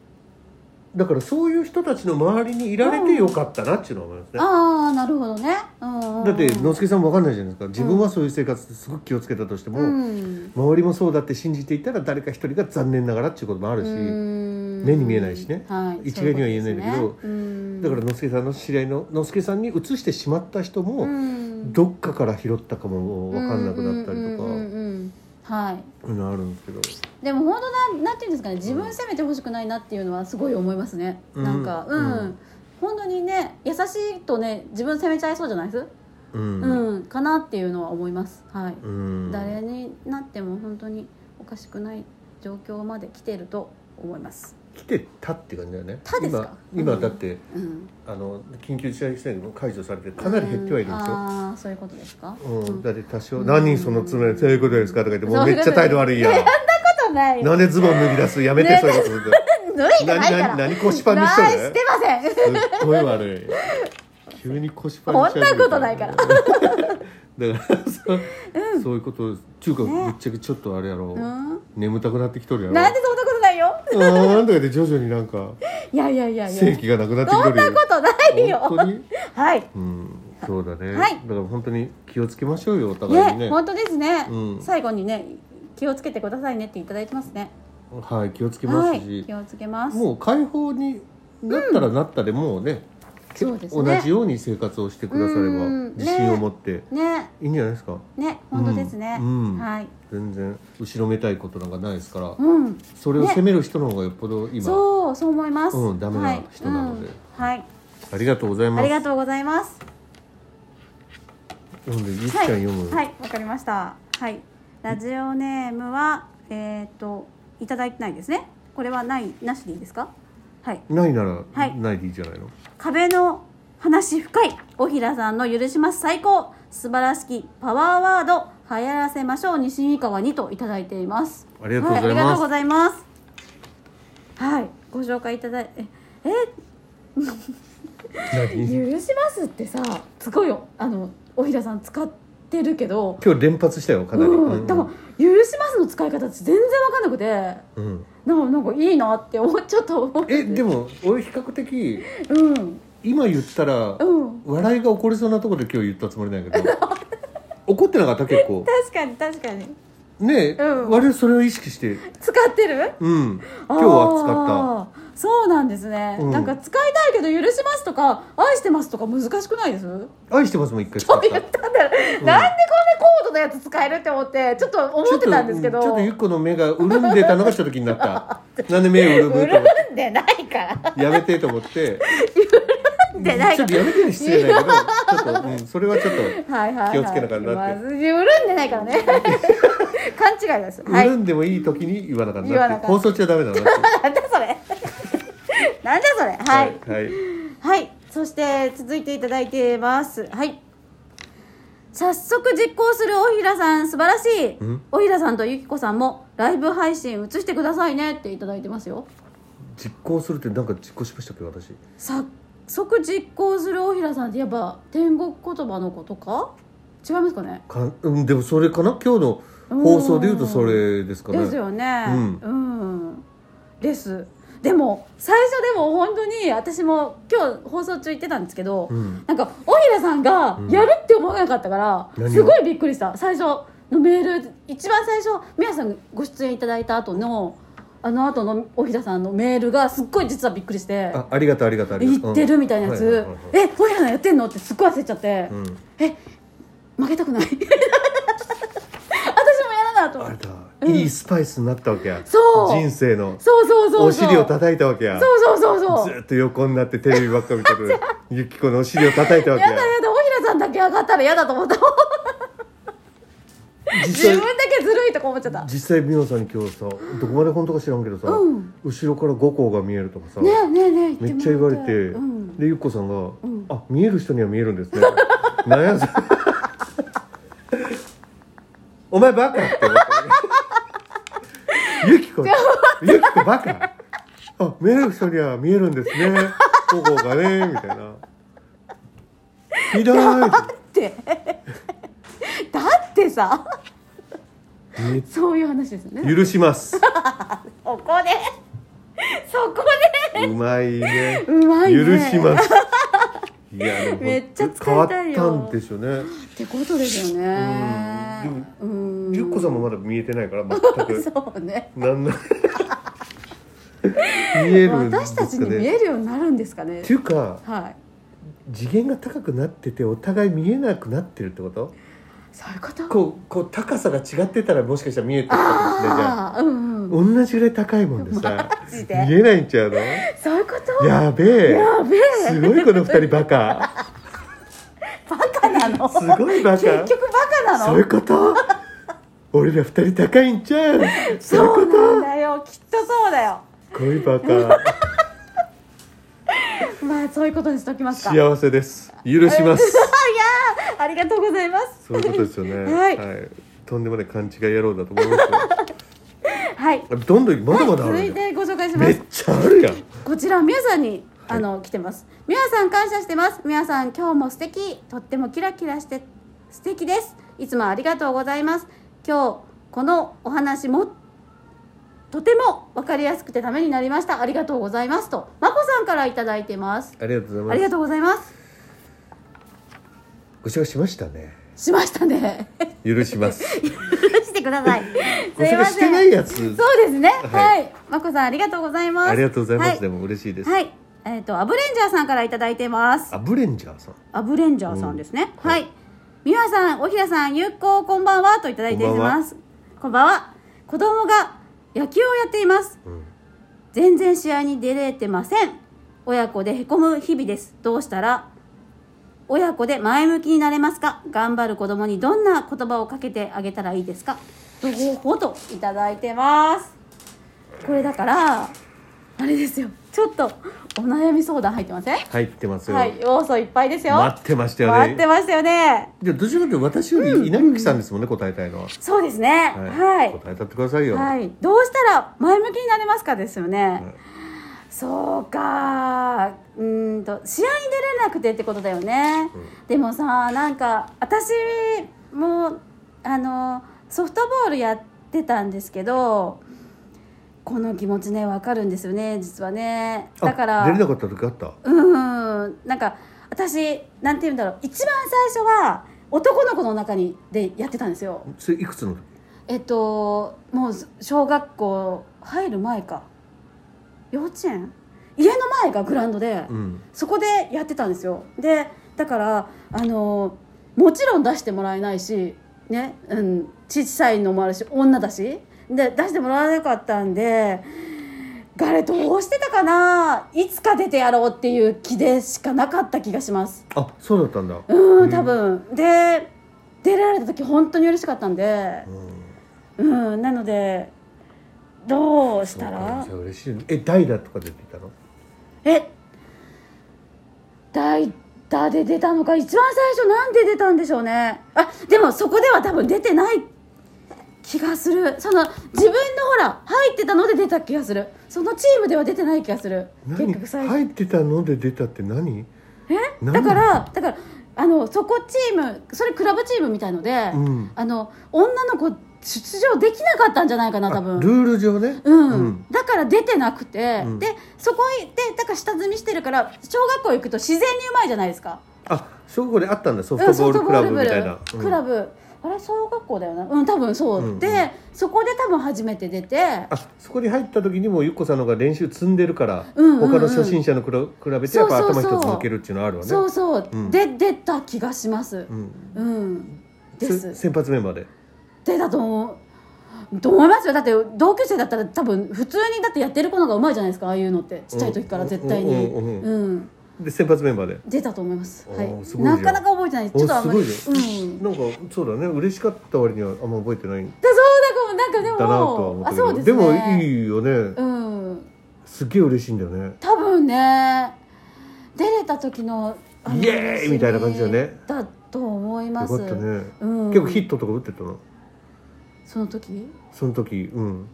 Speaker 1: だからそういう人たちの周りにいられてよかったなっていうのは思いますね、
Speaker 2: ああなるほどねうん
Speaker 1: だって野助さんも分かんないじゃないですか自分はそういう生活ですごく気をつけたとしても、
Speaker 2: うん
Speaker 1: 周りもそうだって信じていたら誰か一人が残念ながらっていうこともあるし、目
Speaker 2: 目
Speaker 1: に見えないしね
Speaker 2: はい、
Speaker 1: 一概には言えないんだけどだから
Speaker 2: ら
Speaker 1: のすけさんの知り合いののすけさんに移してしまった人も、
Speaker 2: うん
Speaker 1: どっかから拾ったかも分かんなくなったりとか、
Speaker 2: うんうんうんうんはい
Speaker 1: うんあるんですけど
Speaker 2: でも本当なんなんていうんですかね自分責めてほしくないなっていうのはすごい思いますね、
Speaker 1: うん
Speaker 2: なんかうん、
Speaker 1: うん
Speaker 2: 本当にね優しいとね自分責めちゃいそうじゃないです
Speaker 1: う、
Speaker 2: うんん、かなっていうのは思いますはい、
Speaker 1: うん
Speaker 2: 誰になっても本当におかしくない状況まで来てると思います
Speaker 1: 来てたって感じだよね
Speaker 2: たですか
Speaker 1: 今今
Speaker 2: うん
Speaker 1: だって、
Speaker 2: うん
Speaker 1: あの緊急事態宣言も解除されてかなり減ってはいるんですよ、
Speaker 2: ああそういうことですか、
Speaker 1: うん
Speaker 2: そんなこ
Speaker 1: だって多少「
Speaker 2: うん
Speaker 1: 何その爪そういうことですか?」とか言って「もう
Speaker 2: そう
Speaker 1: め
Speaker 2: いうこ
Speaker 1: っ
Speaker 2: と
Speaker 1: ちゃ態度悪いやん
Speaker 2: とない
Speaker 1: なんでズボン脱ぎ出すやめて
Speaker 2: ね
Speaker 1: そういうことするんだよ
Speaker 2: 脱いでないから
Speaker 1: なな何腰パンにしとる
Speaker 2: ないしてません
Speaker 1: すっごい悪い急に腰パンにし始めた
Speaker 2: こんなことないから
Speaker 1: だからさ、そういうこと中華
Speaker 2: ね
Speaker 1: ぶっちゃけちょっとあれやろ、
Speaker 2: うん
Speaker 1: 眠たくなってきとるやろ
Speaker 2: なんでそんなことないよ
Speaker 1: あーなんとかで徐々になんか
Speaker 2: いやいやいやいや
Speaker 1: 正気がなくなってき
Speaker 2: そ
Speaker 1: と
Speaker 2: ん
Speaker 1: るや
Speaker 2: な
Speaker 1: ろ
Speaker 2: ことないよ
Speaker 1: 本当に
Speaker 2: はい
Speaker 1: うんそうだね、
Speaker 2: はい
Speaker 1: だから本当に気をつけましょうよお互いに
Speaker 2: ね
Speaker 1: ね
Speaker 2: 本当ですね、
Speaker 1: うん
Speaker 2: 最後にね気をつけてくださいねっていただいてますね
Speaker 1: はい気をつけま
Speaker 2: は
Speaker 1: す
Speaker 2: い
Speaker 1: し、
Speaker 2: 気をつけます
Speaker 1: もう解放になったらなったでもうね,、
Speaker 2: そうです
Speaker 1: 同
Speaker 2: ね
Speaker 1: じように生活をしてくだされば
Speaker 2: うん
Speaker 1: 自信を持って、
Speaker 2: ね
Speaker 1: いいんじゃないですか
Speaker 2: ね本当ですね、
Speaker 1: うんうん
Speaker 2: はい
Speaker 1: 全然後ろめたいことなんかないですから、
Speaker 2: うん
Speaker 1: それを
Speaker 2: ね
Speaker 1: 責める人の方がよっぽど今、
Speaker 2: そうそう思います、
Speaker 1: うんダメな人なので
Speaker 2: はい、うんはい
Speaker 1: ありがとうございま
Speaker 2: あ
Speaker 1: す
Speaker 2: りがとうございます
Speaker 1: なのでゆきちゃん
Speaker 2: はい
Speaker 1: 読む、
Speaker 2: はいわかりましたはいラジオネームはえっ、といただいてないですねこれはないなしでいいですかはい
Speaker 1: ないなら、
Speaker 2: はい
Speaker 1: ないでいいじゃないの
Speaker 2: 壁の話深い小平さんの許します最高素晴らしきパワーワード流行らせましょう西三河にといただいています
Speaker 1: ありがとうございます
Speaker 2: はい、ありがとうございますはいご紹介いただいええ
Speaker 1: 何
Speaker 2: 許しますってさすごいよあの小平さん使ってるけど
Speaker 1: 今日連発したよかなり、
Speaker 2: うん、でも「許します」の使い方って全然分かんなくて
Speaker 1: うん
Speaker 2: でもなんかいいなって思っちゃった
Speaker 1: えでも俺比較的
Speaker 2: うん
Speaker 1: 今言ったら、
Speaker 2: うん
Speaker 1: 笑いが起こりそうなところで今日言ったつもりなんや けど怒ってなかった結構
Speaker 2: 確かに確かに
Speaker 1: ねえ、
Speaker 2: うん
Speaker 1: 我々それを意識して
Speaker 2: 使ってる
Speaker 1: うん今日は
Speaker 2: 使ったそうなんですね、
Speaker 1: うん
Speaker 2: なんか使いたいけど「許します」とか「愛してます」とか難しくないです
Speaker 1: 使った愛してますもん一回使った
Speaker 2: 言ったんだよ、なんでこんな高度なやつ使えるって思ってちょっと 思ってたんですけど
Speaker 1: ちょっとうんちょっとゆっこの目が潤んでたのがちょっと気にな ったなんで目潤むと思っ
Speaker 2: 潤んでないから
Speaker 1: てやめてと思って
Speaker 2: 潤んでない
Speaker 1: ちょ
Speaker 2: か
Speaker 1: っとやめてに失礼だけどちょっと、うん、それはちょっと
Speaker 2: らはいはい、はい、
Speaker 1: 気をつけなきゃなって
Speaker 2: まず潤んでないか らね勘違いです はい
Speaker 1: 潤んでもいい時に言わなかった
Speaker 2: 言わな
Speaker 1: なっ
Speaker 2: かった
Speaker 1: て放送中はダメだなって
Speaker 2: なんだ それなんだそれ はい
Speaker 1: はい、はい
Speaker 2: はいそして続いていただいてますはい早速実行する大平さん素晴らしい
Speaker 1: ん
Speaker 2: 大平さんとゆきこさんもライブ配信移してくださいねっていただいてますよ
Speaker 1: 実行するってなんか実行しましたっけ私
Speaker 2: 早速実行する大平さんってやっぱ天国言葉のことか違いますかね
Speaker 1: かうんでもそれかな今日の放送で言うとそれですかね
Speaker 2: ですよね
Speaker 1: う
Speaker 2: うん、ですでも最初でも本当に私も今日放送中言ってたんですけど、
Speaker 1: うん
Speaker 2: なんか小平さんがやるって思わなかったから、
Speaker 1: うん
Speaker 2: すごいびっくりした最初のメール一番最初皆さんご出演いただいた後のあの後の小平さんのメールがすっごい実はびっくりして
Speaker 1: あありがとうありがとうありがと
Speaker 2: 言
Speaker 1: う
Speaker 2: ってるみたいなや
Speaker 1: うんはい
Speaker 2: つ
Speaker 1: はい
Speaker 2: 「
Speaker 1: はい
Speaker 2: え小平さんやってんの?」ってすっごい焦っちゃって、
Speaker 1: はいうん
Speaker 2: え負けたくない 私もやらなと思
Speaker 1: あ
Speaker 2: っ
Speaker 1: れ
Speaker 2: て
Speaker 1: だ、
Speaker 2: うん
Speaker 1: いいスパイスになったわけや
Speaker 2: そう
Speaker 1: 人生の
Speaker 2: そうそうそうそう
Speaker 1: お尻を叩いたわけや
Speaker 2: そうそうそうそう
Speaker 1: ずっと横になってテレビばっか見 てくるゆきこのお尻を叩いたわけ
Speaker 2: や
Speaker 1: や
Speaker 2: だやだ大平さんだけ上がったら嫌だ と思った自
Speaker 1: 実
Speaker 2: 分
Speaker 1: 際
Speaker 2: だけずるいとか思っちゃった
Speaker 1: 実際美濃さんに今日さどこまで本当か知らんけどさ、
Speaker 2: うん
Speaker 1: 後ろから五校が見えるとかさ、
Speaker 2: ねえねえねえ
Speaker 1: めっちゃ言われて、
Speaker 2: うん、
Speaker 1: でゆっこさんが、
Speaker 2: ん
Speaker 1: あ見える人には見えるん ですねなんやそれお前バカって思ったねゆきこゆきこバカあ見える人には見えるんですね午後がねみたいなひどい
Speaker 2: ってだってさ
Speaker 1: め
Speaker 2: そういう話ですよね
Speaker 1: 許します
Speaker 2: ここでそこ
Speaker 1: うまいね
Speaker 2: でうまいね
Speaker 1: 許します いやでも
Speaker 2: めっちゃ使いたいよ
Speaker 1: 変わったんでしょうね
Speaker 2: ってことですよねうん
Speaker 1: ゆっこさんもまだ見えてない から全く
Speaker 2: そうね
Speaker 1: なんな見えるんです
Speaker 2: 私
Speaker 1: か
Speaker 2: たちに見
Speaker 1: ね
Speaker 2: えるようになるんですかね
Speaker 1: っていうか
Speaker 2: はい
Speaker 1: 次元が高くなっててお互い見えなくなってるってこと
Speaker 2: そういうこと
Speaker 1: こうこう高さが違ってたらもしかしたら見えてたかもしれないじゃん
Speaker 2: ああうんうん
Speaker 1: 同じぐらい高いもんでさ
Speaker 2: ジで
Speaker 1: 見えないんちゃうの
Speaker 2: そういうこと
Speaker 1: やべえ
Speaker 2: やべえ
Speaker 1: すごいこの二人バカ
Speaker 2: バカなの
Speaker 1: すごいバ
Speaker 2: 結
Speaker 1: カ
Speaker 2: 局バカな
Speaker 1: そう
Speaker 2: の
Speaker 1: いうこと俺ら二人高いんちゃうそういうこ
Speaker 2: なんだよきっとそうだよ
Speaker 1: とすごいバカ
Speaker 2: まあそういうことにしときますか
Speaker 1: 幸せです許し ます
Speaker 2: いやーありがとうございます
Speaker 1: そういうことですよね
Speaker 2: はい
Speaker 1: とんでもない勘違い野郎だと思いますよ
Speaker 2: はい
Speaker 1: あどんどんまだまだあ
Speaker 2: 続
Speaker 1: る
Speaker 2: い
Speaker 1: やん
Speaker 2: てご紹介しま
Speaker 1: めっ
Speaker 2: す
Speaker 1: ちゃあるやん
Speaker 2: こちらみやさんにあの来てますみやさん感謝してますみやさん今日も素敵とってもキラキラして素敵ですいつもありがとうございます今日このお話もとても分かりやすくてためになりましたありがとうございますとまこさんから頂いただいてます
Speaker 1: ありがとうご
Speaker 2: あ
Speaker 1: ざいま
Speaker 2: りが
Speaker 1: す
Speaker 2: とうございます
Speaker 1: ご視聴しましたね
Speaker 2: しましたね
Speaker 1: 許します
Speaker 2: 許 してく ださい
Speaker 1: ご
Speaker 2: すい
Speaker 1: 紹
Speaker 2: ま
Speaker 1: 介して
Speaker 2: せん
Speaker 1: ないやつ
Speaker 2: そうですねは、
Speaker 1: はい
Speaker 2: まこさんありがとうございます
Speaker 1: ありがとうございます、
Speaker 2: はい
Speaker 1: でも嬉しいです、
Speaker 2: はい、えっ、とアブレンジャーさんから頂いただいてます
Speaker 1: アブレンジャーさん
Speaker 2: アブレンジャーさんですね、
Speaker 1: うん
Speaker 2: はい美和さんおひらさんゆっここんばんはと頂いただいていますこんばんは子供が野球をやっています
Speaker 1: うん
Speaker 2: 全然試合に出れてません親子でへこむ日々ですどうしたら親子で前向きになれますか頑張る子供にどんな言葉をかけてあげたらいいですかとごほといただいてますこれだからあれですよちょっとお悩み相談入ってません
Speaker 1: 入ってますよ、
Speaker 2: はい要素いっぱいですよ
Speaker 1: 待ってましたよ
Speaker 2: 待
Speaker 1: ね
Speaker 2: ってましたよね
Speaker 1: でどちらかというと私より稲垣さんですもんね、答えたいのは
Speaker 2: そうですねはい、はい
Speaker 1: 答えたってくださいよ、
Speaker 2: どうしたら前向きになれますかですよね、
Speaker 1: はい
Speaker 2: そうかうーんと試合に出れなくてってことだよね、
Speaker 1: う
Speaker 2: でもさなんか私もあのソフトボールやってたんですけどこの気持ちねわかるんですよね実はね
Speaker 1: あ
Speaker 2: だから
Speaker 1: 出れなかった時あった
Speaker 2: うんなんか私なんて言うんだろう一番最初は男の子の中にでやってたんですよ
Speaker 1: それいくつの時
Speaker 2: えっともう小学校入る前か幼稚園家の前がグラウンドで、
Speaker 1: うん
Speaker 2: そこでやってたんですよでだからあのもちろん出してもらえないしね、うん、小さいのもあるし女だしで出してもらわなかったんで彼どうしてたかないつか出てやろうっていう気でしかなかった気がします
Speaker 1: あそうだったんだ
Speaker 2: う
Speaker 1: うん
Speaker 2: ん多分で出られた時本当に嬉しかったんで
Speaker 1: うん
Speaker 2: うんなのでどうし
Speaker 1: そう
Speaker 2: た
Speaker 1: からじゃあ嬉しいねえ代打とか出てたの
Speaker 2: え代打で出たのか一番最初なんで出たんでしょうねあでもそこでは多分出てない気がするその自分のほら入ってたので出た気がするそのチームでは出てない気がする結
Speaker 1: 何
Speaker 2: 局最初
Speaker 1: 入ってたので出たって何
Speaker 2: え
Speaker 1: 何
Speaker 2: だからだからあのそこチームそれクラブチームみたいので、
Speaker 1: うん
Speaker 2: あの女の子出場できなかったんじゃないかな多
Speaker 1: あ
Speaker 2: 分
Speaker 1: ルール上ね
Speaker 2: うん
Speaker 1: うん
Speaker 2: だから出てなくて、
Speaker 1: うん
Speaker 2: でそこへでだから下積みしてるから小学校行くと自然にうまいじゃないですか
Speaker 1: あ小学校であったんだソフトボールクラブみたいな
Speaker 2: うんソフトボール部クラ
Speaker 1: ブ
Speaker 2: ブ、あれ小学校だよなうん多分そう、
Speaker 1: うんうん
Speaker 2: でそこで多分初めて出て
Speaker 1: あそこに入った時にもゆっこさんの方が練習積んでるから
Speaker 2: うんうんうん
Speaker 1: 他の初心者のくら比べてやっぱ
Speaker 2: そうそう
Speaker 1: 頭
Speaker 2: そう
Speaker 1: 一つ抜けるっていうのはあるわね
Speaker 2: そうそう、
Speaker 1: うん
Speaker 2: で出た気がします
Speaker 1: うん
Speaker 2: うん、です
Speaker 1: せ先発メンバーで
Speaker 2: 出たと思うと思いますよだって同級生だったら多分普通にだってやってる子の方がうまいじゃないですかああいうのってちっちゃい時から絶対に
Speaker 1: うんうんうん
Speaker 2: うん
Speaker 1: で先発メンバーで
Speaker 2: 出たと思います。は
Speaker 1: おーす
Speaker 2: い。
Speaker 1: ごいじゃ
Speaker 2: なんかなか覚えてない。ちょっとあんまり。
Speaker 1: お
Speaker 2: うん。
Speaker 1: す
Speaker 2: そ
Speaker 1: ご
Speaker 2: う
Speaker 1: い
Speaker 2: だ
Speaker 1: なんかそうだね嬉しかった割にはあんま覚えてないん
Speaker 2: そうだなんかで
Speaker 1: だなとは
Speaker 2: も
Speaker 1: 思っ
Speaker 2: あ
Speaker 1: たけ
Speaker 2: そう
Speaker 1: ど
Speaker 2: で
Speaker 1: で
Speaker 2: すね。
Speaker 1: もいいよね
Speaker 2: うん。
Speaker 1: すっげえ嬉しいんだよね
Speaker 2: 多分ね出れた時のあの
Speaker 1: イエーイみたいな感じだよね
Speaker 2: 嬉しみだと思い
Speaker 1: よ
Speaker 2: ま
Speaker 1: か
Speaker 2: す。
Speaker 1: ったね
Speaker 2: うん。
Speaker 1: 結構ヒットとか打ってたの
Speaker 2: その時。
Speaker 1: その時うん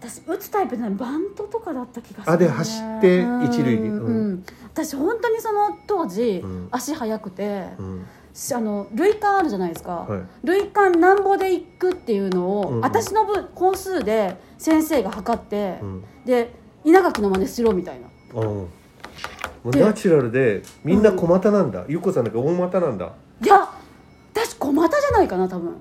Speaker 2: 私打つタイプじゃないバントとかだった気がする、
Speaker 1: あで走って一塁に
Speaker 2: うん
Speaker 1: うん
Speaker 2: うん私本当にその当時、
Speaker 1: うん
Speaker 2: 足速くて、
Speaker 1: うん
Speaker 2: しあの塁間あるじゃないですか、
Speaker 1: はい
Speaker 2: 類間なんぼで行くっていうのを、
Speaker 1: うんうん
Speaker 2: 私の分本数で先生が測って、
Speaker 1: うん
Speaker 2: で稲垣の真似しろみたいな
Speaker 1: ああもうナチュラルでみんな小股なんだゆっこさんだけ大股なんだ
Speaker 2: いや私小股じゃないかな多分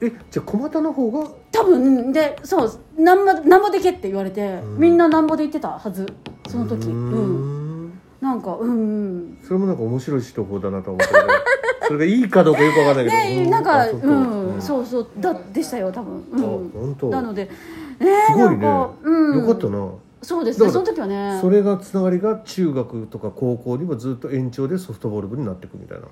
Speaker 1: えじゃあ小股の方が
Speaker 2: 多分でそうなんぼなんぼで行けって言われて、
Speaker 1: ん
Speaker 2: みんななんぼで行ってたはずその時
Speaker 1: うー
Speaker 2: うん
Speaker 1: ん
Speaker 2: なんかうんうん
Speaker 1: それもなんか面白い手法だなとは思ったけど それがいいかどうかよくわかんないけど
Speaker 2: で
Speaker 1: う
Speaker 2: なん
Speaker 1: あ
Speaker 2: か
Speaker 1: そううか
Speaker 2: ん
Speaker 1: う
Speaker 2: そうそうだでしたよ多分
Speaker 1: あ
Speaker 2: うん
Speaker 1: 本当
Speaker 2: なのでね
Speaker 1: すご
Speaker 2: ないん
Speaker 1: ね
Speaker 2: かうん
Speaker 1: よかったな
Speaker 2: そうです
Speaker 1: だ
Speaker 2: ね
Speaker 1: から
Speaker 2: その時はね
Speaker 1: それがつながりが中学とか高校にもずっと延長でソフトボール部になっていくみたいな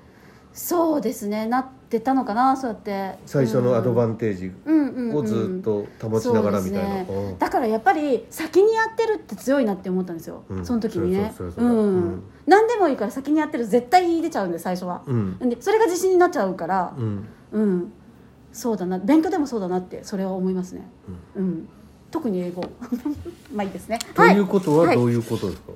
Speaker 2: そうですねなってたのかなそうやって
Speaker 1: 最初のアド
Speaker 2: ン
Speaker 1: バンテージ
Speaker 2: うんうんうん
Speaker 1: をずっと保ちながらみたいな、
Speaker 2: そうで
Speaker 1: う
Speaker 2: す
Speaker 1: ん
Speaker 2: だからやっぱり先にやってるって強いなって思ったんですよ、
Speaker 1: うん
Speaker 2: その時にね
Speaker 1: それはそうれはそれはうんん
Speaker 2: 何でもいいから先にやってる絶対出ちゃうんで最初は、
Speaker 1: うん
Speaker 2: でそれが自信になっちゃうから
Speaker 1: うん
Speaker 2: うん、そうだな勉強でもそうだなってそれは思いますねうん、特に英語 まあいいですね
Speaker 1: ということは
Speaker 2: はい
Speaker 1: どういうことですか、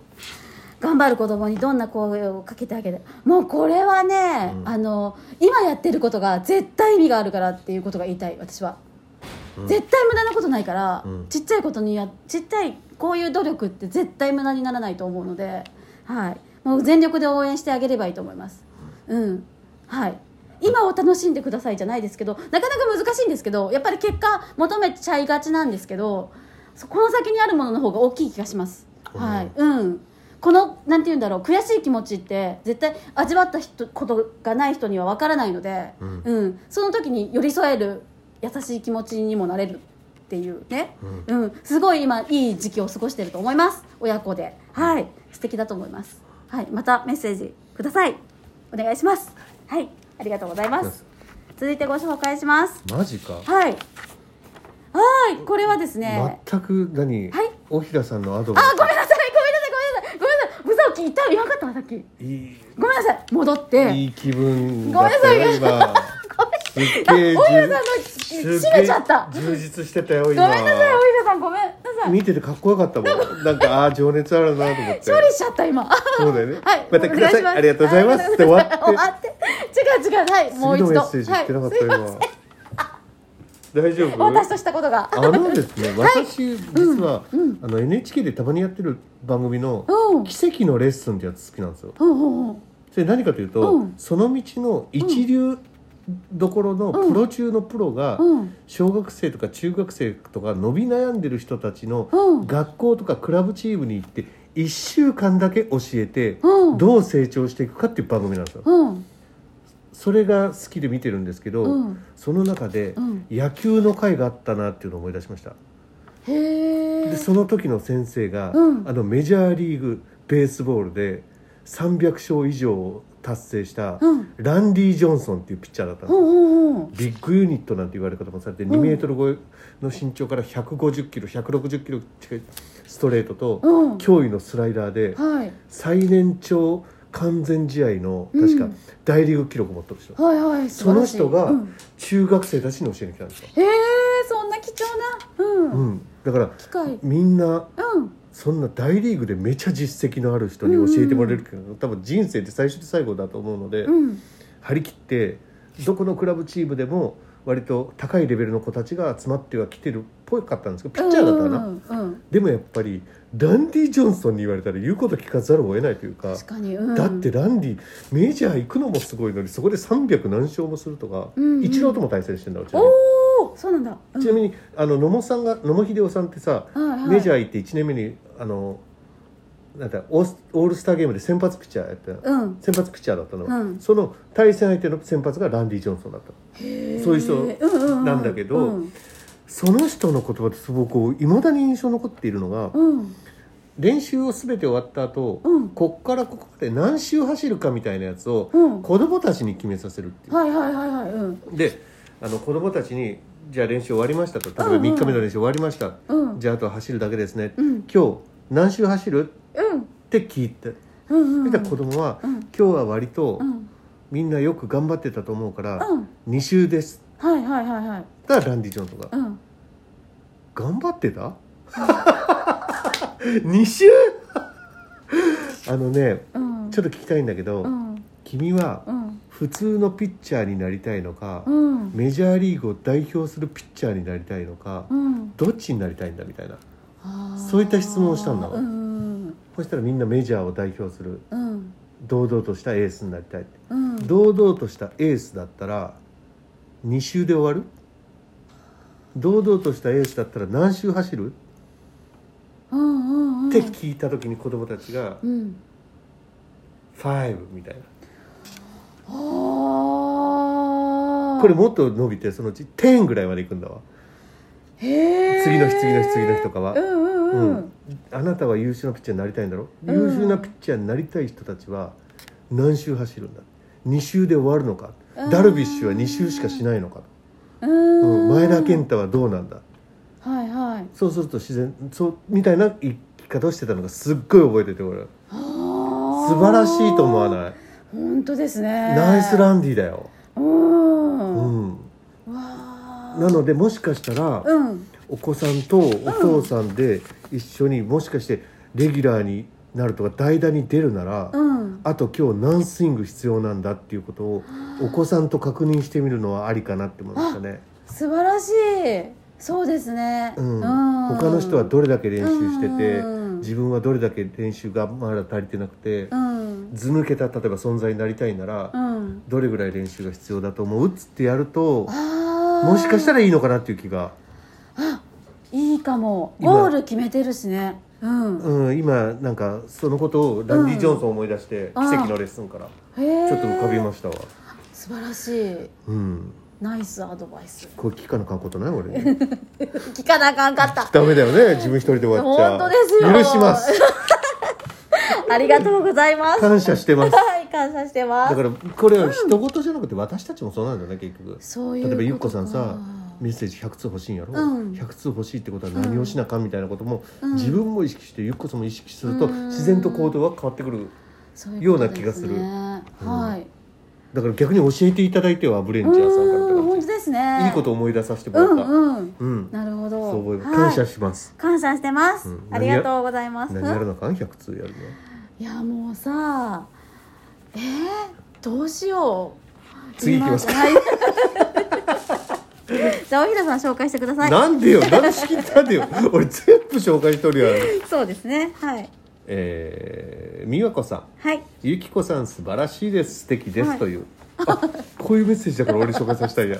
Speaker 2: 頑張る子供にどんな声をかけてあげるもうこれはね、
Speaker 1: うん
Speaker 2: あの今やってることが絶対意味があるからっていうことが言いたい私は、
Speaker 1: うん
Speaker 2: 絶対無駄なことないから、
Speaker 1: うん
Speaker 2: ちっちゃいことにやちっちゃいこういう努力って絶対無駄にならないと思うので、はい、もう全力で応援してあげればいいと思いますうんはい今を楽しんでくださいじゃないですけどなかなか難しいんですけどやっぱり結果求めちゃいがちなんですけどそこの先にあるものの方が大きい気がします、はいうんこのなんて言うんだろう悔しい気持ちって絶対味わった人ことがない人には分からないので、
Speaker 1: うん
Speaker 2: うん、その時に寄り添える優しい気持ちにもなれるっていうね、うんすごい今いい時期を過ごしてると思います親子ではい素敵だと思います、はい、またメッセージくださいお願いしますはいありがとうございます続いてご紹介します
Speaker 1: マジか、
Speaker 2: はいはいこれはですね、
Speaker 1: 全く何、
Speaker 2: はい
Speaker 1: 大平さんのアドバイ
Speaker 2: あごめんなさいごめんなさいごめんなさいごめんなさい嘘を聞いた言わなかったわさっき
Speaker 1: スいい
Speaker 2: ごめんなさい戻って
Speaker 1: いい気分
Speaker 2: ご
Speaker 1: だ
Speaker 2: め
Speaker 1: っ
Speaker 2: んな
Speaker 1: た
Speaker 2: さい
Speaker 1: よ今すっ
Speaker 2: あ
Speaker 1: げえ
Speaker 2: 大家さんの
Speaker 1: 充
Speaker 2: 閉めちゃった
Speaker 1: すげえ充実してたよ
Speaker 2: ごめん
Speaker 1: 今
Speaker 2: なさい大家さんごめんなさい
Speaker 1: 見ててかっこよかったもんなんかああー情熱あるなと 思って
Speaker 2: 処理しちゃった今
Speaker 1: そうだよね、
Speaker 2: はい、
Speaker 1: またください
Speaker 2: お願します
Speaker 1: ありがとうございますって終わって
Speaker 2: 終わって。違う違う、はい、もう一
Speaker 1: 次の
Speaker 2: 度。
Speaker 1: メッセージ言ってなかったよ、
Speaker 2: はい、
Speaker 1: 今大丈夫
Speaker 2: 私としたことが。
Speaker 1: あのです ね、私実は、あの NHK でたまにやってる番組の
Speaker 2: うん
Speaker 1: 「奇跡のレッスン」ってやつ好きなんですよ。
Speaker 2: うんうんうん。
Speaker 1: それ何かというと、
Speaker 2: うん
Speaker 1: その道の一流どころの
Speaker 2: う
Speaker 1: プ
Speaker 2: ん
Speaker 1: ロ中のプロが、
Speaker 2: うん
Speaker 1: 小学生とか中学生とか伸び悩んでる人たちの
Speaker 2: うん
Speaker 1: 学校とかクラブチームに行って1週間だけ教えて、
Speaker 2: うん
Speaker 1: どう成長していくかっていう番組なんですよ。
Speaker 2: うん
Speaker 1: それが好きで見てるんですけど、
Speaker 2: うん
Speaker 1: その中で
Speaker 2: うん
Speaker 1: 野球の会があったなっていうのを思い出しました。
Speaker 2: へ
Speaker 1: で
Speaker 2: え。
Speaker 1: その時の先生が、
Speaker 2: うん
Speaker 1: あのメジャーリーグベースボールで300勝以上を達成した
Speaker 2: うん
Speaker 1: ランディ・ジョンソンっていうピッチャーだったん
Speaker 2: う
Speaker 1: です、
Speaker 2: んうんうん。
Speaker 1: ビッグユニットなんて言われ方もされて
Speaker 2: ん
Speaker 1: 2メートル超えの身長から150キロ160キロ近いストレートと、
Speaker 2: うん
Speaker 1: 驚異のスライダーで
Speaker 2: はい。
Speaker 1: 最年長完全試合の確か
Speaker 2: うん
Speaker 1: 大リーグ記録を持ってる人、
Speaker 2: はいはい。
Speaker 1: そ
Speaker 2: 素晴
Speaker 1: の
Speaker 2: らしい
Speaker 1: 人が
Speaker 2: うん
Speaker 1: 中学生たちに教えに来たんですよ、
Speaker 2: へえ、そんな貴重な。
Speaker 1: う
Speaker 2: うん。
Speaker 1: ん、だから
Speaker 2: 機会。
Speaker 1: みんな
Speaker 2: うん。
Speaker 1: そんな大リーグでめちゃ実績のある人に教えてもらえるけど、多分人生って最初で最後だと思うので、
Speaker 2: うん。
Speaker 1: 張り切ってどこのクラブチームでも割と高いレベルの子たちが集まっては来てるっぽかったんですけどピッチャーだったかな、
Speaker 2: うんうんうん。
Speaker 1: でもやっぱりランディ・ジョンソンに言われたら言うこと聞かざるを得ないというか
Speaker 2: 確かに。うん
Speaker 1: だって。ランディメジャー行くのもすごいのにそこで300何勝もするとか、
Speaker 2: うんうん
Speaker 1: 一郎とも対戦してんだうちに
Speaker 2: おお、そうなんだ。
Speaker 1: ちなみにあの野茂さんが野茂英雄さんってさ、
Speaker 2: はいはい
Speaker 1: メジャー行って1年目にあのなんだオースオールスターゲームで先発ピッチャーやってた、
Speaker 2: うん。
Speaker 1: 先発ピッチャーだったの、
Speaker 2: うん
Speaker 1: その対戦相手の先発がランディ・ジョンソンだったそういう人
Speaker 2: 人
Speaker 1: なんだけど
Speaker 2: うん
Speaker 1: その人の言葉ですごくいまだに印象残っているのが、
Speaker 2: うん。
Speaker 1: 練習を全て終わった後、
Speaker 2: うん
Speaker 1: こっからここまで何周走るかみたいなやつを
Speaker 2: うん
Speaker 1: 子供たちに決めさせるっていう、
Speaker 2: はいはいはいはい。うん。
Speaker 1: であの子供たちにじゃあ練習終わりましたと例え
Speaker 2: うん
Speaker 1: ば
Speaker 2: うん
Speaker 1: 3日目の練習終わりました、
Speaker 2: うん。
Speaker 1: じゃああとは走るだけですね、
Speaker 2: うん
Speaker 1: 今日何周走る
Speaker 2: うん。
Speaker 1: って聞いて、
Speaker 2: うん
Speaker 1: そし
Speaker 2: うん
Speaker 1: たら子供は、
Speaker 2: うん
Speaker 1: 今日は割と、
Speaker 2: うん
Speaker 1: みんなよく頑張ってたと思うから、
Speaker 2: うん
Speaker 1: 2周です
Speaker 2: はいはいはいはい
Speaker 1: だからランディ・ジョンソンが、
Speaker 2: うん
Speaker 1: 頑張ってた 2周あのね
Speaker 2: うん
Speaker 1: ちょっと聞きたいんだけど、
Speaker 2: うん
Speaker 1: 君は
Speaker 2: うん
Speaker 1: 普通のピッチャーになりたいのか、
Speaker 2: うん
Speaker 1: メジャーリーグを代表するピッチャーになりたいのか、
Speaker 2: うん
Speaker 1: どっちになりたいんだみたいな
Speaker 2: あー
Speaker 1: そういった質問をしたんだわ
Speaker 2: うん
Speaker 1: そしたらみんなメジャーを代表する
Speaker 2: うん
Speaker 1: 堂々としたエースになりたいって、
Speaker 2: うん
Speaker 1: 堂々としたエースだったら2周で終わる堂々としたエースだったら何周走る、
Speaker 2: うんうんうん
Speaker 1: って聞いた時に子供たちが
Speaker 2: うん
Speaker 1: 「5」みたいな
Speaker 2: あー
Speaker 1: これもっと伸びてそのうち「10」ぐらいまでいくんだわ
Speaker 2: へー
Speaker 1: 次の日次の日次の日とかは
Speaker 2: うんうんう
Speaker 1: うんんあなたは優秀なピッチャーになりたいんだろ、
Speaker 2: うん
Speaker 1: 優秀なピッチャーになりたい人たちは何周走るんだ2周で終わるのか、
Speaker 2: うん
Speaker 1: ダルビッシュは2周しかしないのか、
Speaker 2: うん
Speaker 1: うん前田健太はどうなんだ
Speaker 2: はいはい
Speaker 1: そうすると自然そうみたいな生き方をしてたのがすっごい覚えてて俺素
Speaker 2: 素
Speaker 1: 晴らしいと思わ
Speaker 2: い
Speaker 1: ない、
Speaker 2: 本当ですね
Speaker 1: ナイスランディだよ、
Speaker 2: うん
Speaker 1: う
Speaker 2: わ
Speaker 1: ん、
Speaker 2: あ
Speaker 1: なのでもしかしたら、
Speaker 2: うん
Speaker 1: お子さんとお父さんで一緒にもしかしてレギュラーになるとか代打に出るなら、
Speaker 2: うん
Speaker 1: あと今日何スイング必要なんだっていうことをお子さんと確認してみるのはありかなって思いましたね。
Speaker 2: 素晴らしいそうですね、
Speaker 1: うん他の人はどれだけ練習してて、
Speaker 2: うん
Speaker 1: 自分はどれだけ練習がまだ足りてなくて、
Speaker 2: うん
Speaker 1: 図抜けた例えば存在になりたいなら、
Speaker 2: うん
Speaker 1: どれぐらい練習が必要だと思うっつってやると
Speaker 2: ああ
Speaker 1: もしかしたらいいのかなっていう気が、
Speaker 2: いいかも
Speaker 1: 今
Speaker 2: ゴール決めてるしねうん、
Speaker 1: うん、今なんかそのことをランディ・ジョンソンを思い出して、
Speaker 2: うん
Speaker 1: 奇跡のレッスンから
Speaker 2: へえ
Speaker 1: ちょっと浮かびましたわ。
Speaker 2: 素晴らしい
Speaker 1: うん、
Speaker 2: ナイスアドバイス
Speaker 1: これ聞かなあかんことない俺 ね
Speaker 2: 聞かなあかんかった
Speaker 1: ダメだよね自分一人で終わっちゃう
Speaker 2: 本当ですよ
Speaker 1: 許します
Speaker 2: ありがとうございます
Speaker 1: 感謝してます
Speaker 2: はい感謝してま
Speaker 1: だ
Speaker 2: す
Speaker 1: からこれは人事じゃなくて私たちもそうなんだよね結局
Speaker 2: そういう
Speaker 1: 例えばゆっこさん
Speaker 2: と
Speaker 1: さ
Speaker 2: か
Speaker 1: メッセージ100通欲しいんやろ、
Speaker 2: うん
Speaker 1: 100通欲しいってことは何をしなあかんみたいなことも、
Speaker 2: うん
Speaker 1: 自分も意識してゆっこさんも意識すると
Speaker 2: うん
Speaker 1: 自然と行動は変わってくる
Speaker 2: そうい
Speaker 1: よ
Speaker 2: こ
Speaker 1: う
Speaker 2: と
Speaker 1: な
Speaker 2: です
Speaker 1: 気がするう
Speaker 2: ね
Speaker 1: ん
Speaker 2: はい
Speaker 1: だから逆に教えていただいてはブレンチャーさんから
Speaker 2: うーん
Speaker 1: と
Speaker 2: 本当ですね
Speaker 1: かいいこと思い出させても
Speaker 2: う
Speaker 1: らった、
Speaker 2: んうん
Speaker 1: うん
Speaker 2: なるほど
Speaker 1: そう思います
Speaker 2: はい
Speaker 1: 感謝します、
Speaker 2: 感謝してます、
Speaker 1: うん
Speaker 2: ありがとうございます
Speaker 1: 何やるのかん100通やるの
Speaker 2: いやもうさえー、どうしよう
Speaker 1: 次行きますか
Speaker 2: 今はい じゃあおひろさん紹介してください
Speaker 1: なんでよなんで仕切ったんでよ俺全部紹介しとるやん
Speaker 2: そうですねはい
Speaker 1: えー、美和子さん
Speaker 2: はい
Speaker 1: ゆきこさん素晴らしいです素敵です、
Speaker 2: はい
Speaker 1: というあこういうメッセージだから俺紹介させたいや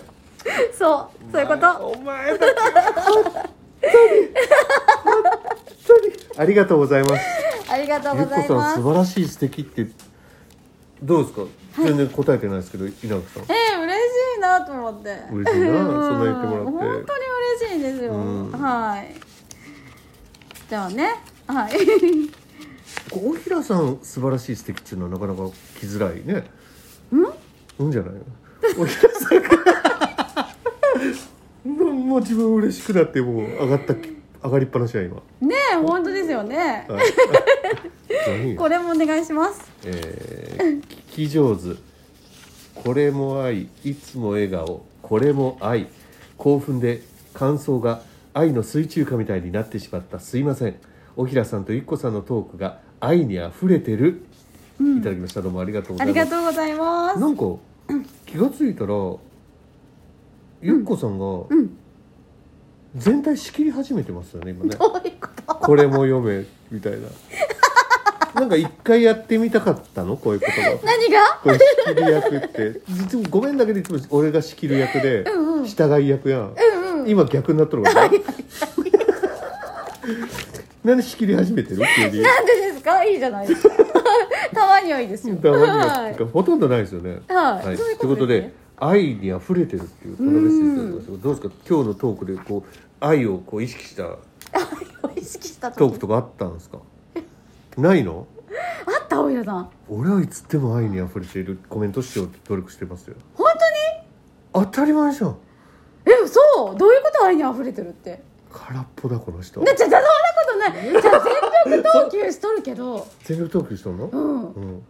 Speaker 2: そうそういうこと
Speaker 1: お前だけ本当に本当にありがとうございます
Speaker 2: ありがとう
Speaker 1: ゆ
Speaker 2: ご
Speaker 1: き
Speaker 2: ざ
Speaker 1: こ
Speaker 2: い
Speaker 1: さ
Speaker 2: ま
Speaker 1: ん
Speaker 2: す
Speaker 1: 素晴らしい素敵ってどうですか、全然答えてないですけど稲垣さん
Speaker 2: えー、嬉しいなと思って
Speaker 1: 嬉しいなそんな言ってもらって
Speaker 2: うん本当に嬉しいんですよ
Speaker 1: うん
Speaker 2: はいじゃあねはい
Speaker 1: 大平さん素晴らしい素敵っていうのはなかなか来づらいねうんうんじゃない大平さんが もうもう自分嬉しくなってもう上がったき上がりっぱなしや今
Speaker 2: ねえ本当ですよね
Speaker 1: はい何
Speaker 2: これもお願いします
Speaker 1: えー、聞き上手これも愛いつも笑顔これも愛興奮で感想が愛の水中花みたいになってしまったすいませんおひらさんとゆっこさんのトークが愛にあふれてる、いただきましたどうもありがとうござ
Speaker 2: あ
Speaker 1: いま
Speaker 2: り
Speaker 1: す
Speaker 2: がとうございます
Speaker 1: なんか気がついたら、ゆっこさんが
Speaker 2: うん
Speaker 1: 全体仕切り始めてますよね今ね
Speaker 2: どういうこと
Speaker 1: これも読めみたいななんか一回やってみたかったのこういうことが
Speaker 2: 何が
Speaker 1: これ仕切る役って実はごめんだけどいつも俺が仕切る役で
Speaker 2: うんうん
Speaker 1: 従い役やん、
Speaker 2: うんうん
Speaker 1: 今逆になっとるからなんで仕切り始めてる急に
Speaker 2: なんでですかいいじゃないですか たまにはいいですよ
Speaker 1: たまに
Speaker 2: は
Speaker 1: はて
Speaker 2: い
Speaker 1: かほとんどないですよね
Speaker 2: はい
Speaker 1: と
Speaker 2: そうい
Speaker 1: いう
Speaker 2: こと
Speaker 1: うこと
Speaker 2: です
Speaker 1: で
Speaker 2: ね
Speaker 1: 愛に溢れてるっていうこのメッセージでございますけどどうですか今日のトークでこう愛をこう意識した
Speaker 2: 意識した
Speaker 1: ト
Speaker 2: と
Speaker 1: ークとかあったんですかないの
Speaker 2: あった大平さん
Speaker 1: 俺はいつでも愛に溢れているコメントしようって努力してますよ
Speaker 2: 本
Speaker 1: 当たり前じゃん
Speaker 2: 当にえそうどういうこと愛に溢れてるって
Speaker 1: 空っぽだこの人
Speaker 2: ねじゃじゃそんなことないじゃあ全力投球しとるけど
Speaker 1: 全力投球しとんの、
Speaker 2: うん
Speaker 1: うん、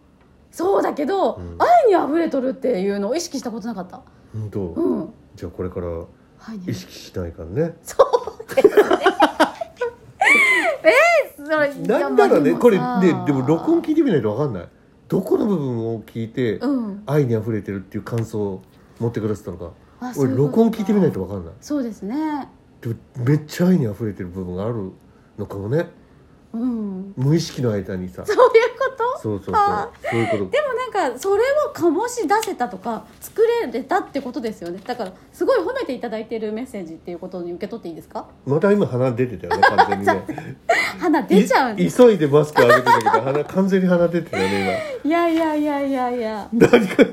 Speaker 2: そうだけど、
Speaker 1: うん
Speaker 2: 愛に溢れとるっていうのを意識したことなかった
Speaker 1: 本当、
Speaker 2: うん
Speaker 1: じゃあこれから
Speaker 2: 愛に
Speaker 1: 意識しないからね。
Speaker 2: そうですねえー、それ
Speaker 1: なんだろうね、これね、でも録音
Speaker 2: 機
Speaker 1: 聞いてみないとわかんない。どこの部分を聞いて、
Speaker 2: うん
Speaker 1: 愛に溢れてるっていう感想を持ってくださったのか。
Speaker 2: あそうい
Speaker 1: 俺
Speaker 2: うこと
Speaker 1: 録音聞いてみないとわかんない。
Speaker 2: そうですね
Speaker 1: でもめっちゃ愛に溢れてる部分があるのかもね。
Speaker 2: うん
Speaker 1: 無意識の間にさ。
Speaker 2: そ
Speaker 1: そう
Speaker 2: いうこと
Speaker 1: うそうそう
Speaker 2: あ。
Speaker 1: そういうこと。
Speaker 2: でもなんかそれを醸し出せたとか作れれたってことですよねだからすごい褒めていただいてるメッセージっていうことに受け取っていいですか
Speaker 1: また今鼻出てたよね、完全に ね。
Speaker 2: 鼻出ちゃうん
Speaker 1: い
Speaker 2: です
Speaker 1: 急いでマスク上げてたけど、鼻完全に鼻出てたよね、
Speaker 2: いやいやいやいやいや
Speaker 1: 今。何か。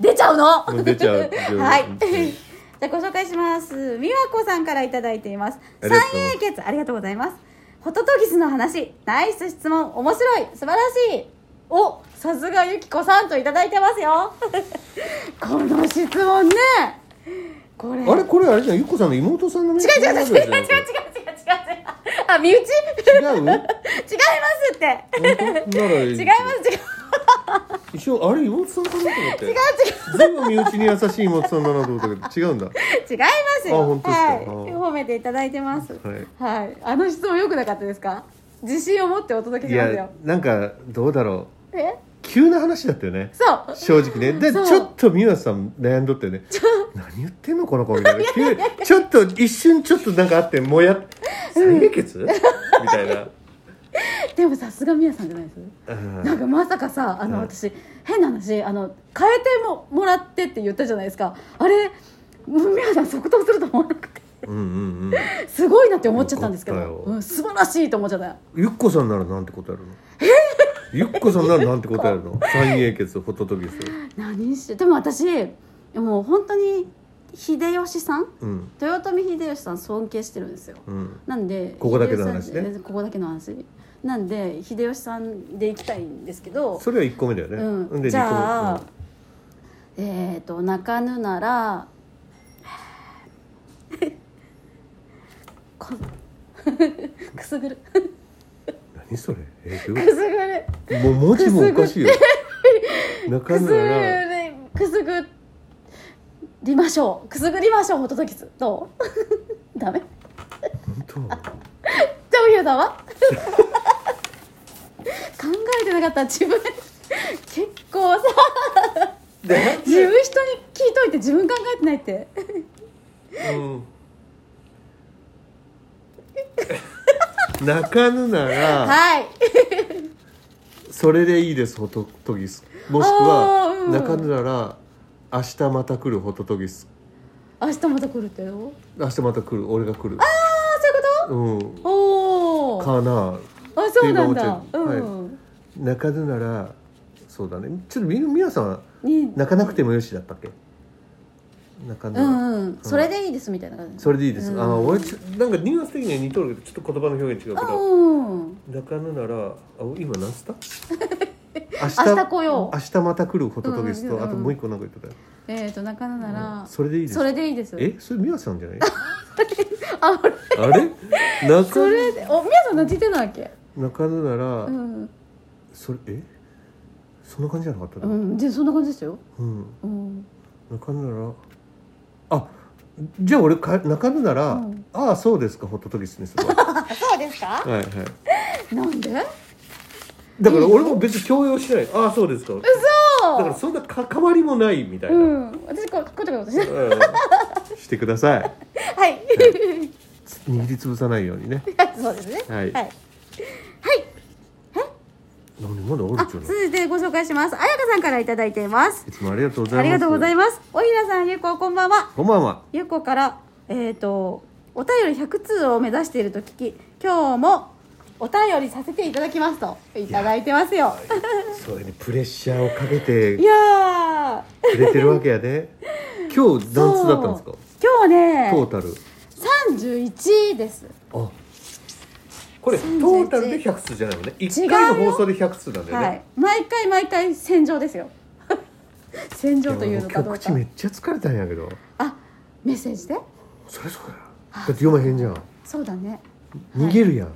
Speaker 2: 出ちゃうの
Speaker 1: もう出ちゃう
Speaker 2: はい
Speaker 1: うん
Speaker 2: じゃあご紹介します美和子さんからいただいています
Speaker 1: あり
Speaker 2: 三
Speaker 1: がとうございます
Speaker 2: 英傑ありがとうございますホトトギスの話ナイス質問面白い素晴らしいおさすがゆきこさんといただいてますよ この質問ねこれ
Speaker 1: あれこれあれじゃんゆっこさんの妹さんの
Speaker 2: 違う違う違う違う違う違う違う
Speaker 1: 違
Speaker 2: あ身内違い ま
Speaker 1: 違う
Speaker 2: すって
Speaker 1: 本当ならいい
Speaker 2: 違います違う
Speaker 1: 一緒あれ妹さんかなと思って違う
Speaker 2: 違う
Speaker 1: 全部身内に優しい妹さんだなと思ったけど違うんだ
Speaker 2: 違いますよ
Speaker 1: あ本当ですか
Speaker 2: はい
Speaker 1: あー
Speaker 2: 褒めていただいてます
Speaker 1: はい
Speaker 2: はいあの質問良くなかったですか自信を持ってお届け
Speaker 1: い
Speaker 2: します
Speaker 1: や
Speaker 2: よ
Speaker 1: なんかどうだろう
Speaker 2: え
Speaker 1: 急な話だったよね
Speaker 2: そう
Speaker 1: 正直ねでち
Speaker 2: そう
Speaker 1: ょっと美和さん悩んどってね何言ってんのこの子みたいな急にちょっと一瞬ちょっとなんかあってもやっ再冷血みたい な
Speaker 2: でもさすがみやさんじゃないです
Speaker 1: うん
Speaker 2: なんかまさかさあの、
Speaker 1: うん
Speaker 2: 私変な話あの変えてももらってって言ったじゃないですかあれみやさん即答すると思わなくて
Speaker 1: うんうんうん
Speaker 2: すごいなって思っちゃったんですけど
Speaker 1: よかったよ
Speaker 2: うん、素晴らしいと思っちゃった
Speaker 1: ゆっこさんならなんて答えるのゆっこさんならなんて答える の三英傑ホトトギス
Speaker 2: 何してでも私もう本当に秀吉さん
Speaker 1: うん
Speaker 2: 豊臣秀吉さん尊敬してるんですよ
Speaker 1: うん
Speaker 2: なんで
Speaker 1: ここだけの
Speaker 2: 秀吉さ
Speaker 1: 話
Speaker 2: ん
Speaker 1: ね
Speaker 2: えここだけの話なんで秀吉さんで行きたいんですけど
Speaker 1: それは一個目だよね、
Speaker 2: うん
Speaker 1: で
Speaker 2: じゃ
Speaker 1: 二
Speaker 2: あ、えっ、と中野ならこ くすぐる
Speaker 1: 個目うん何それえどう
Speaker 2: く
Speaker 1: いうこ
Speaker 2: すぐる
Speaker 1: ともう文字もおかしいよ
Speaker 2: く
Speaker 1: 中
Speaker 2: す
Speaker 1: 野
Speaker 2: ぐ
Speaker 1: なら
Speaker 2: りくすぐりましょうくすぐりましょうホトトギスどう ダメじ
Speaker 1: 本
Speaker 2: ゃあおゆうさんは考えてなかった自分結構さ
Speaker 1: 当で
Speaker 2: 自分人に聞いといて自分考えてないって
Speaker 1: うん泣かぬなら
Speaker 2: はい
Speaker 1: それでいいですホトトギスもしくは
Speaker 2: あーうん
Speaker 1: 泣かぬなら明日また来るホトトギス
Speaker 2: 明日また来るってよ
Speaker 1: 明日また来る俺が来る
Speaker 2: ああそういう
Speaker 1: うん
Speaker 2: ことおお
Speaker 1: かな
Speaker 2: あそうなんだ
Speaker 1: って
Speaker 2: う、
Speaker 1: いうのは思っちゃうん泣かぬならそうだねちょっとみみやさんは
Speaker 2: に
Speaker 1: 泣かなくてもよしだったっけ泣かぬ
Speaker 2: う
Speaker 1: なら
Speaker 2: んうんそれでいいですみたいな感じ
Speaker 1: それでいいです、
Speaker 2: うん
Speaker 1: ああ俺ちょなんかニュアンス的には似とるけどちょっと言葉の表現違うけ
Speaker 2: あ
Speaker 1: ど
Speaker 2: うん
Speaker 1: 泣かぬならあ今何つった
Speaker 2: 明日来よう
Speaker 1: 明日また来るホトトゲスと、
Speaker 2: うんうん
Speaker 1: あともう一個なんか言ってたよ、
Speaker 2: えっ、と中野なら、
Speaker 1: それでいいです
Speaker 2: それでいいです
Speaker 1: えそれミヤさんじゃない
Speaker 2: あ俺
Speaker 1: あ れ中
Speaker 2: それでお宮さん何言ってたんだっけ
Speaker 1: 中野なら、
Speaker 2: うん、
Speaker 1: それえそんな感じじゃなかった
Speaker 2: う
Speaker 1: の
Speaker 2: ん、でそんな感じですよ、
Speaker 1: うん、
Speaker 2: うん、
Speaker 1: 中野ならあじゃあ俺か中野なら、
Speaker 2: うん
Speaker 1: ああそうですかホトトゲスねそれは
Speaker 2: そうですか
Speaker 1: はいはい
Speaker 2: なんで
Speaker 1: だから俺も別に強要しないああそうですかだから
Speaker 2: そ
Speaker 1: そんな関わりもないみたいうな、
Speaker 2: うん私ここうとかことしない
Speaker 1: うんしてください
Speaker 2: はい
Speaker 1: 握りつぶさないようにね
Speaker 2: そうですね
Speaker 1: はい
Speaker 2: はい、
Speaker 1: 何まだお
Speaker 2: あ
Speaker 1: るじゃない
Speaker 2: 続いてご紹介しますあやかさんからいただいています
Speaker 1: いつもありがとうございます
Speaker 2: ありがとうございますおいらさんゆうここんばんは
Speaker 1: こんばんは
Speaker 2: ゆうこから、えー、とお便り100通を目指していると聞き今日もお便りさせていただきますといただいてますよ
Speaker 1: そういうねプレッシャーをかけ
Speaker 2: い
Speaker 1: て
Speaker 2: やー
Speaker 1: くれてるわけやね 今日何通だったんですか
Speaker 2: そう今日
Speaker 1: トー
Speaker 2: ね
Speaker 1: タル
Speaker 2: 31です
Speaker 1: あこれトータルで100通じゃないもんね1回の放送で100通なんだよね、
Speaker 2: はい毎回毎回戦場 ですよ戦
Speaker 1: いや
Speaker 2: 場というのか
Speaker 1: 今
Speaker 2: どう
Speaker 1: 日口め
Speaker 2: か
Speaker 1: っちゃ疲れたんやけど
Speaker 2: あメッセージで
Speaker 1: そりゃそうだよだって読まへんじゃん
Speaker 2: そうだね
Speaker 1: 逃げるやん、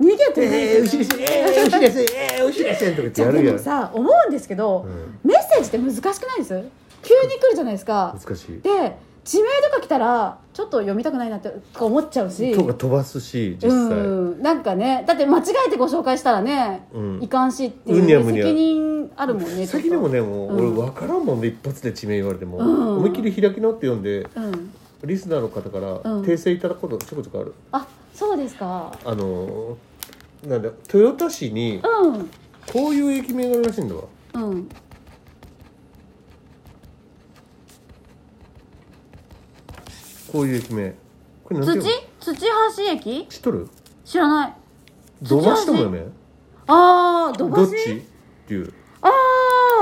Speaker 2: 逃げてる
Speaker 1: ええー、牛ですええー、牛ですええー、牛ですとか言って
Speaker 2: じゃ
Speaker 1: や
Speaker 2: あ
Speaker 1: る
Speaker 2: で
Speaker 1: やん
Speaker 2: もさ思うんですけど、
Speaker 1: うん
Speaker 2: メッセージって難しくないです急に来るじゃないですか
Speaker 1: 難しい
Speaker 2: で地名とか来たらちょっと読みたくないなってとか思っちゃうし
Speaker 1: とか飛ばすし実際、
Speaker 2: うんなんかねだって間違えてご紹介したらね、
Speaker 1: うん
Speaker 2: いかんしっていう
Speaker 1: うにゃむにゃ
Speaker 2: 責任あるもんねちょっと
Speaker 1: 先でもねもう、
Speaker 2: うん
Speaker 1: 俺分からんもんで一発で地名言われても、
Speaker 2: うん
Speaker 1: 思いっきり開き直って読んで
Speaker 2: うん
Speaker 1: リスナーの方から
Speaker 2: うん
Speaker 1: 訂正いただくことちょこちょこある、
Speaker 2: あそうですか
Speaker 1: あのーなんだ豊田市に
Speaker 2: うん
Speaker 1: こういう駅名があるらしいんだわ
Speaker 2: うん
Speaker 1: こういう駅名これなんて
Speaker 2: 土
Speaker 1: 読む
Speaker 2: 土橋駅
Speaker 1: 知っとる
Speaker 2: 知らない
Speaker 1: 土橋とも読めん
Speaker 2: ああ土橋
Speaker 1: どっちっていう
Speaker 2: あ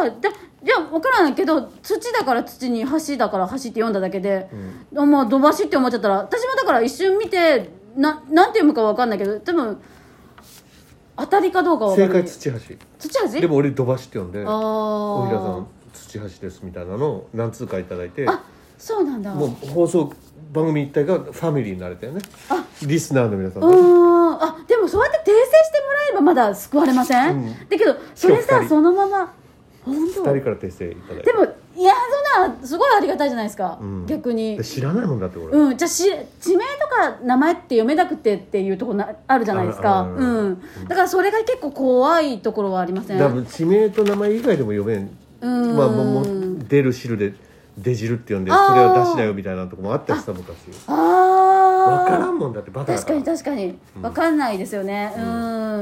Speaker 2: あでいや分からないけど土だから土に橋だから橋って読んだだけで、あまあ土橋って思っちゃったら私もだから一瞬見てななんて読むか分かんないけど多分当たりかどうかは分
Speaker 1: 正
Speaker 2: かんない
Speaker 1: 解土橋
Speaker 2: 土橋
Speaker 1: でも俺土橋って読んで「
Speaker 2: ああ
Speaker 1: おひらさん土橋です」みたいなのを何通かいただいて
Speaker 2: あそうなんだ
Speaker 1: もう放送番組一体がファミリーになれたよね
Speaker 2: あ
Speaker 1: リスナーの皆さん
Speaker 2: う
Speaker 1: が
Speaker 2: んあでもそうやって訂正してもらえばまだ救われません、
Speaker 1: うん
Speaker 2: だけどそれ
Speaker 1: しかも二
Speaker 2: さ
Speaker 1: 人
Speaker 2: そのまま本当
Speaker 1: 二人から訂正いただい
Speaker 2: で
Speaker 1: て
Speaker 2: もいやそんなすごいありがたいじゃないですか、
Speaker 1: うん
Speaker 2: 逆に
Speaker 1: で知らないもんだって俺、
Speaker 2: うん、じゃあし地名とか名前って読めなくてっていうところなあるじゃないですか、
Speaker 1: あるあ
Speaker 2: う
Speaker 1: るある
Speaker 2: ん、だからそれが結構怖いところはありません
Speaker 1: 多分地名と名前以外でも読めん、
Speaker 2: うん
Speaker 1: まあ、もうもう出る汁で出汁って呼んで
Speaker 2: あー
Speaker 1: それは出汁だよみたいなとこもあったしさ昔
Speaker 2: あ
Speaker 1: 分
Speaker 2: あ
Speaker 1: からんもんだってバカだ
Speaker 2: 確
Speaker 1: か
Speaker 2: からに確かに
Speaker 1: うん
Speaker 2: 分かんないですよねう、
Speaker 1: う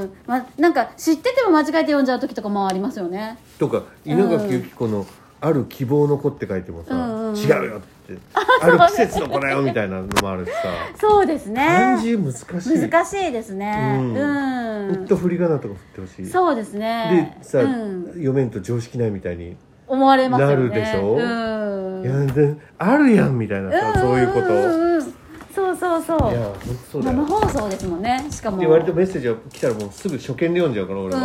Speaker 1: ん
Speaker 2: まあ、なんか知ってても間違えて読んじゃう時とかもありますよね
Speaker 1: とか稲垣由紀子の「ある希望の子」って書いてもさ
Speaker 2: う
Speaker 1: 「
Speaker 2: んうん
Speaker 1: 違うよ」って「ある季節の子だよ」みたいなのもあるしさ
Speaker 2: そうですね
Speaker 1: 漢字難しい
Speaker 2: 難しいですねう、
Speaker 1: うんんもっと振り仮名とか振ってほしい
Speaker 2: そうですね
Speaker 1: でさ、
Speaker 2: うん、
Speaker 1: 読めんと常識ないみたいに
Speaker 2: 思われますよね
Speaker 1: なるでしょ
Speaker 2: う
Speaker 1: 「
Speaker 2: ん
Speaker 1: いやであるやん」みたいなさそういうことい
Speaker 2: んうんうんそうそうそう
Speaker 1: や本当そうだ
Speaker 2: 生
Speaker 1: よ
Speaker 2: 放送ですもんねしかも
Speaker 1: で割とメッセージが来たらもうすぐ初見で読んじゃうから俺は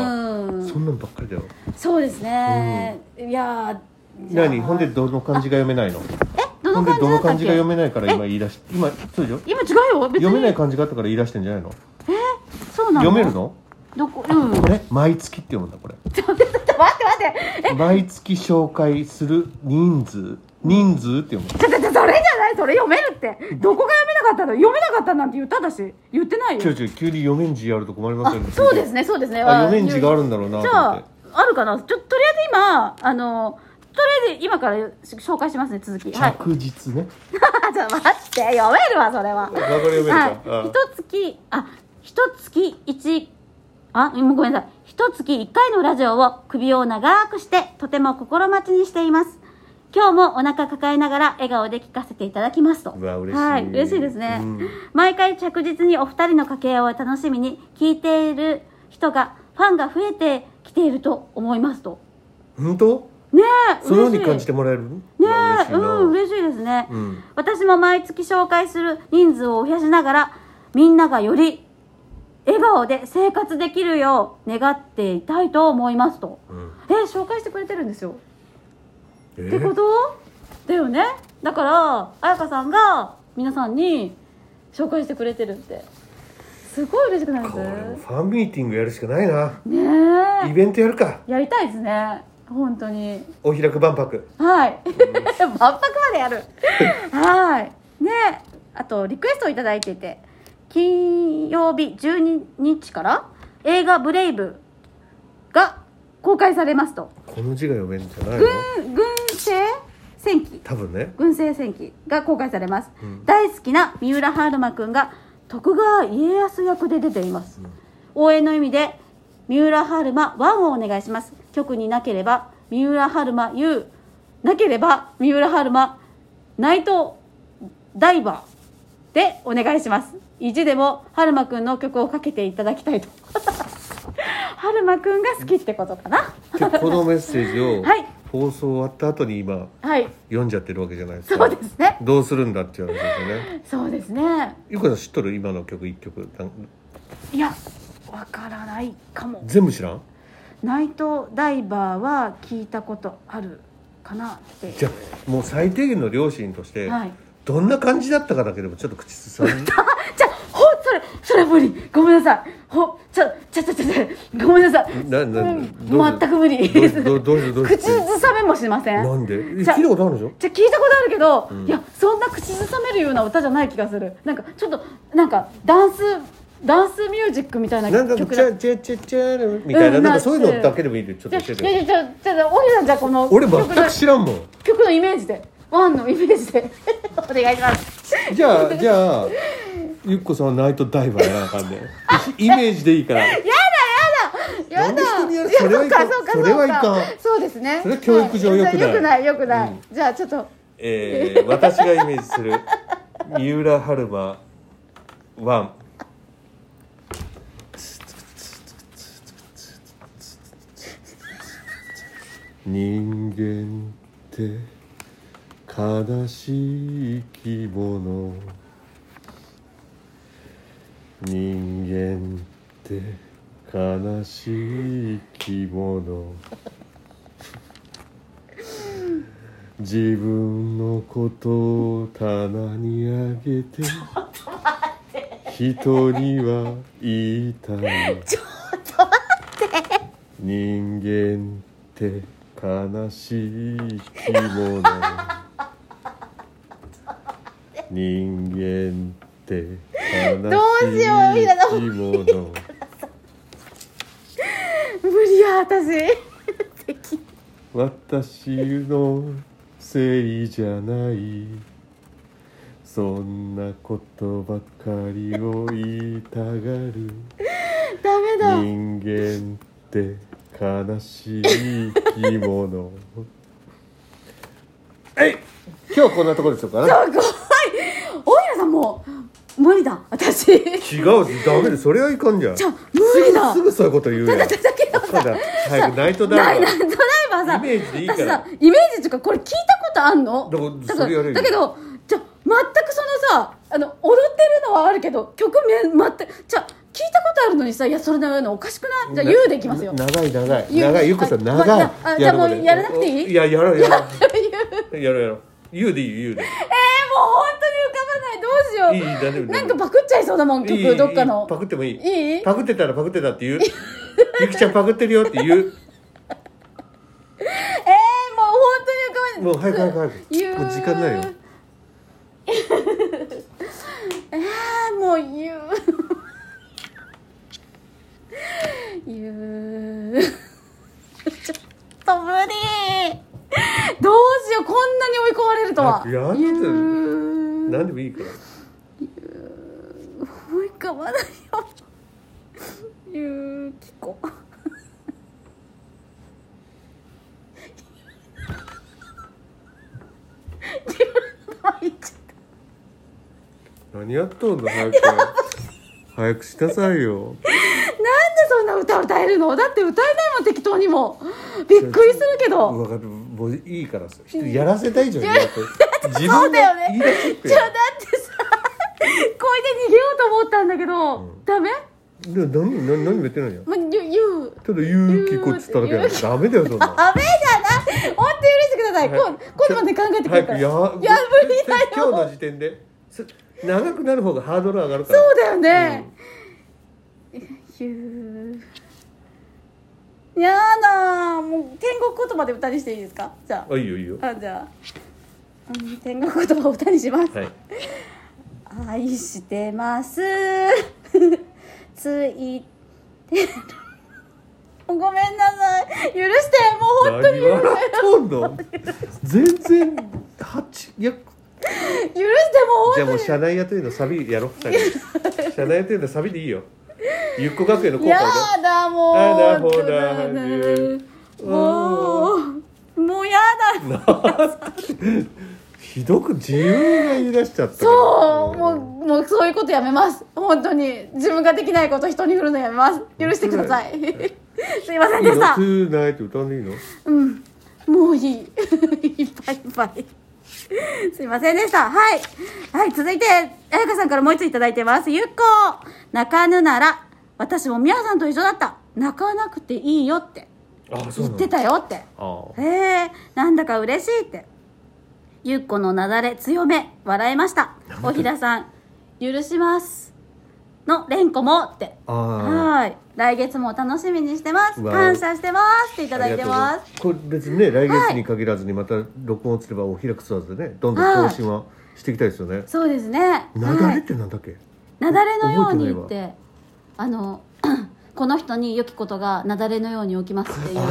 Speaker 2: うん
Speaker 1: そんなんばっかりだよ
Speaker 2: そうですね、いやーじゃあ
Speaker 1: 何ほんでどの漢字が読めないの
Speaker 2: えど
Speaker 1: ほ
Speaker 2: の
Speaker 1: んで
Speaker 2: 漢字
Speaker 1: ど
Speaker 2: だ
Speaker 1: の
Speaker 2: った
Speaker 1: 漢
Speaker 2: っ
Speaker 1: 字が読め
Speaker 2: け
Speaker 1: ないから今言い出し今そうでしょ
Speaker 2: 今違うよ別に
Speaker 1: 読めない漢字があったから言い出してんじゃないの
Speaker 2: そうな
Speaker 1: 読
Speaker 2: の
Speaker 1: めるの
Speaker 2: どこうん
Speaker 1: これ毎月って読むんだこれ
Speaker 2: ちょっと待って待って
Speaker 1: 毎月紹介する人数人数って読む
Speaker 2: ちょっとちょっとそれじゃないそれ読めるってどこが読めなかったの読めなかったなんて言っただし言ってない
Speaker 1: ちょ
Speaker 2: よ
Speaker 1: いちょい急に読めん字やると困りま
Speaker 2: あ
Speaker 1: すよね
Speaker 2: そうですねそうですね
Speaker 1: あ読めん字があるんだろうな
Speaker 2: じ
Speaker 1: と
Speaker 2: ゃ
Speaker 1: 思
Speaker 2: あ
Speaker 1: って
Speaker 2: あるかなちょとりあえず今あのとりあえず今から紹介しますね続きはい
Speaker 1: 着実ね
Speaker 2: ちょっと待って読めるわそれは
Speaker 1: わかり読めるか
Speaker 2: はい、
Speaker 1: あ
Speaker 2: 一月あ一月一あ今ごめんなさい一月一回のラジオを首を長くしてとても心待ちにしています今日もお腹抱えながら笑顔で聞かせていただきますと
Speaker 1: うわ嬉しい
Speaker 2: はい、嬉しいですね、
Speaker 1: うん
Speaker 2: 毎回着実にお二人の掛け合いを楽しみに聞いている人がファンが増えてきていると思いますと
Speaker 1: 本当
Speaker 2: ねえ
Speaker 1: そのように
Speaker 2: 嬉しい
Speaker 1: 感じてもらえる
Speaker 2: ね
Speaker 1: わ嬉し
Speaker 2: え
Speaker 1: いな
Speaker 2: うん嬉しいですね、
Speaker 1: うん
Speaker 2: 私も毎月紹介する人数を増やしながらみんながより笑顔で生活できるよう願っていたいと思いますと
Speaker 1: うん
Speaker 2: え紹介してくれてるんですよ、
Speaker 1: え
Speaker 2: ってことだよねだから彩香さんが皆さんに紹介してくれてるってすごい嬉しくないです
Speaker 1: これもファンミーティングやるしかないな
Speaker 2: ね
Speaker 1: イベントやるか
Speaker 2: えやりたいですね本当に
Speaker 1: お開く万博
Speaker 2: はい。 万博までやる。はい。ね、あとリクエストをいただいてて、金曜日12日から映画ブレイブが公開されますと。
Speaker 1: この字が読めるんじゃないの
Speaker 2: 軍軍政戦記、
Speaker 1: 多分ね
Speaker 2: 軍政戦記が公開されます。
Speaker 1: うん
Speaker 2: 大好きな三浦春馬くんが徳川家康役で出ています。
Speaker 1: うん
Speaker 2: 応援の意味で三浦春馬ワンをお願いします局になければ三浦春馬 U なければ三浦春馬内藤ダイバーでお願いします意地でも春馬くんの曲をかけていただきたいと 春馬くんが好きってことかな
Speaker 1: でこのメッセージを
Speaker 2: はい
Speaker 1: 放送終わった後に今
Speaker 2: はい
Speaker 1: 読んじゃってるわけじゃないです
Speaker 2: そ
Speaker 1: か
Speaker 2: うですね
Speaker 1: どうするんだっていう話ですよね
Speaker 2: そうですね
Speaker 1: ゆかさん知っとる今の曲一曲なん
Speaker 2: いやわからないかも
Speaker 1: 全部知らん
Speaker 2: 内藤ダイバーは聞いたことあるかなって
Speaker 1: じゃあもう最低限の両親として、
Speaker 2: はい
Speaker 1: どんな感じだったかだけでもちょっと口ず さん
Speaker 2: じゃほそれそれ無理ごめんなさいほちょちょちょちょちょごめんなさい
Speaker 1: なな
Speaker 2: うん
Speaker 1: どうぞ
Speaker 2: 全く無理
Speaker 1: どうぞどうぞどうぞどうぞ
Speaker 2: 口ずさめもしません
Speaker 1: なんでえ
Speaker 2: じゃあ
Speaker 1: 聞いたことあるでしょ
Speaker 2: じゃ聞いたことあるけど、
Speaker 1: ん
Speaker 2: いやそんな口ずさめるような歌じゃない気がするなんかちょっとなんかダンスダンスミュージックみたいな
Speaker 1: なんかチ
Speaker 2: 曲だ
Speaker 1: ャチャチャチャみたいな,、
Speaker 2: うん
Speaker 1: なん
Speaker 2: な
Speaker 1: かそういうのだけでもいいでちょっ
Speaker 2: じゃ
Speaker 1: と
Speaker 2: あじ
Speaker 1: 教
Speaker 2: ゃ
Speaker 1: え
Speaker 2: あ
Speaker 1: て
Speaker 2: じゃあじゃあじゃあオリさんじゃあこの
Speaker 1: 俺
Speaker 2: 曲
Speaker 1: 全
Speaker 2: の
Speaker 1: く知らんもん
Speaker 2: 曲のイメージでワンのイメージで お願いします
Speaker 1: じゃあじゃあゆっこさんはナイトダイバーやらなあかんで、イメージでいいから
Speaker 2: や
Speaker 1: なんで
Speaker 2: だ
Speaker 1: 人にやるそれはいかん
Speaker 2: そうか
Speaker 1: それはいかん
Speaker 2: そうですね
Speaker 1: それは教育上
Speaker 2: は
Speaker 1: 良くない
Speaker 2: よくないよくない、
Speaker 1: うん
Speaker 2: じゃあちょっと
Speaker 1: えー、私がイメージする三浦春馬ワン人間って悲しい生き物人間って悲しい生き物自分のことを棚にあげて人には言いたい
Speaker 2: ちょっと待って
Speaker 1: 人間って悲しい着 物人間って悲
Speaker 2: どうしようみんな
Speaker 1: し
Speaker 2: どう
Speaker 1: い着物
Speaker 2: 無理や私でき
Speaker 1: 私のせいじゃないそんなことばかりを言いたがる
Speaker 2: ダメだ
Speaker 1: 人間って悲しい生き物えい今日はこんなところでしょうかな
Speaker 2: すごい大平さんもう無理だ私
Speaker 1: 違うダメでそれはいかんじゃん
Speaker 2: じゃあ無理だ
Speaker 1: すぐそういうこと言うやん
Speaker 2: だけど
Speaker 1: ただ早くナイトダ
Speaker 2: な
Speaker 1: ウ
Speaker 2: い
Speaker 1: ン
Speaker 2: ないドライバーさ
Speaker 1: イメージでいいから
Speaker 2: 私さイメージとかこれ聞いたことあんの
Speaker 1: だからそれやれよ
Speaker 2: だけどじゃあ全くそのさあの踊ってるのはあるけど曲め全くじゃあ聞いたことあるのにさいやそれのようなおかしくないじゃあ YOU でいきますよ
Speaker 1: な長い長い
Speaker 2: 言う
Speaker 1: 長いゆっこさん
Speaker 2: はい
Speaker 1: 長い、
Speaker 2: まあじゃあもうやらなくていい
Speaker 1: いややろうやろう
Speaker 2: YOU
Speaker 1: やろうやろう言うでいい言うで
Speaker 2: えー、もう
Speaker 1: い
Speaker 2: 本当に浮かばないどうしよう
Speaker 1: い大丈夫
Speaker 2: なんかパクっちゃいそうだもん曲
Speaker 1: いいいい
Speaker 2: どっかの
Speaker 1: パクってもいい
Speaker 2: いい
Speaker 1: パクってたらパクってたって言うゆきちゃんパクってるよって言う
Speaker 2: えー、もう本当に
Speaker 1: も
Speaker 2: 浮かばない
Speaker 1: う早く早く早
Speaker 2: 言う
Speaker 1: くもう時間ないよ
Speaker 2: えー、もう言う言うちょっと無理どうしようこんなに追い込まれるとは
Speaker 1: ややだ
Speaker 2: 言う
Speaker 1: 何でもいいから
Speaker 2: 思い浮かばないよゆうきこ自分の名前言っちゃっ
Speaker 1: 何やっとんの早く早くしなさいよ
Speaker 2: たなんでそんな歌歌えるのだって歌えないもん適当にもびっくりするけど
Speaker 1: 分かるもういいからさ人やらせたいじゃんやっぱ自
Speaker 2: そうだよね
Speaker 1: 言い出しっぺ
Speaker 2: じゃあだってさこれで逃げようと思ったんだけど、ダメ
Speaker 1: いや何何何も言ってないよ
Speaker 2: もうゆゆう
Speaker 1: ただ「ゆうきこ」っつっただけだよ
Speaker 2: ゆう
Speaker 1: ダメだよそんな
Speaker 2: ダメだな本当に許してください、
Speaker 1: はい
Speaker 2: 今今度まで考えてく
Speaker 1: 早
Speaker 2: れ
Speaker 1: く
Speaker 2: た
Speaker 1: や
Speaker 2: いや無理だよ
Speaker 1: 今日の時点です長くなる方がハードル上がるから
Speaker 2: そうだよね、ひゅーやだーもう天国言葉で歌にしていいですかじゃ
Speaker 1: うんあいいよいいよ
Speaker 2: ああじゃあ、うん、天国言葉を歌にします、
Speaker 1: はい
Speaker 2: 愛してます ついてる ごめんなさい許してもう本当に
Speaker 1: 何笑っとんの全然八いや
Speaker 2: 許してもう
Speaker 1: じゃあ
Speaker 2: 本
Speaker 1: もう社内やというのサビやろう社内社内やというのサビでいいよゆっこ学園の
Speaker 2: 当
Speaker 1: 後
Speaker 2: に
Speaker 1: 輩
Speaker 2: や
Speaker 1: で
Speaker 2: だもう
Speaker 1: やだほら
Speaker 2: もうもうやだ
Speaker 1: ひどく自分が言い出しちゃったから
Speaker 2: そう、もう、もうそういうことやめます。本当に、自分ができないこと人に振るのやめます。許してください。 すいません
Speaker 1: いい
Speaker 2: で
Speaker 1: の
Speaker 2: した。
Speaker 1: トゥーナイト歌うんでいいの
Speaker 2: うん、もうい い。いっぱいいっぱい。すいませんでした。はい。はい、続いて、あやかさんからもう一ついただいてます。ゆっこ泣かぬなら、私もみやさんと一緒だった。泣かなくていいよって。
Speaker 1: あそう
Speaker 2: 言
Speaker 1: な
Speaker 2: っ
Speaker 1: の
Speaker 2: てたよって。
Speaker 1: ああ
Speaker 2: へえなんだか嬉しいってゆっこのなだれ強め笑えましたおひださん許しますのれんこもって
Speaker 1: ああ
Speaker 2: はーい来月も楽しみにしてます
Speaker 1: うわ
Speaker 2: 感謝してますっていただいて
Speaker 1: あり
Speaker 2: ま
Speaker 1: がとうございますこれ別にね来月に限らずにまた録音すればお開くそうでねどんどん更新はしていきたいですよね
Speaker 2: すそうですね
Speaker 1: なだ
Speaker 2: は
Speaker 1: れっ
Speaker 2: い
Speaker 1: てなんだっけ
Speaker 2: なだれのようにっ
Speaker 1: 覚えて
Speaker 2: てあのこの人に良きことがなだれのように起きますっていうはい
Speaker 1: あ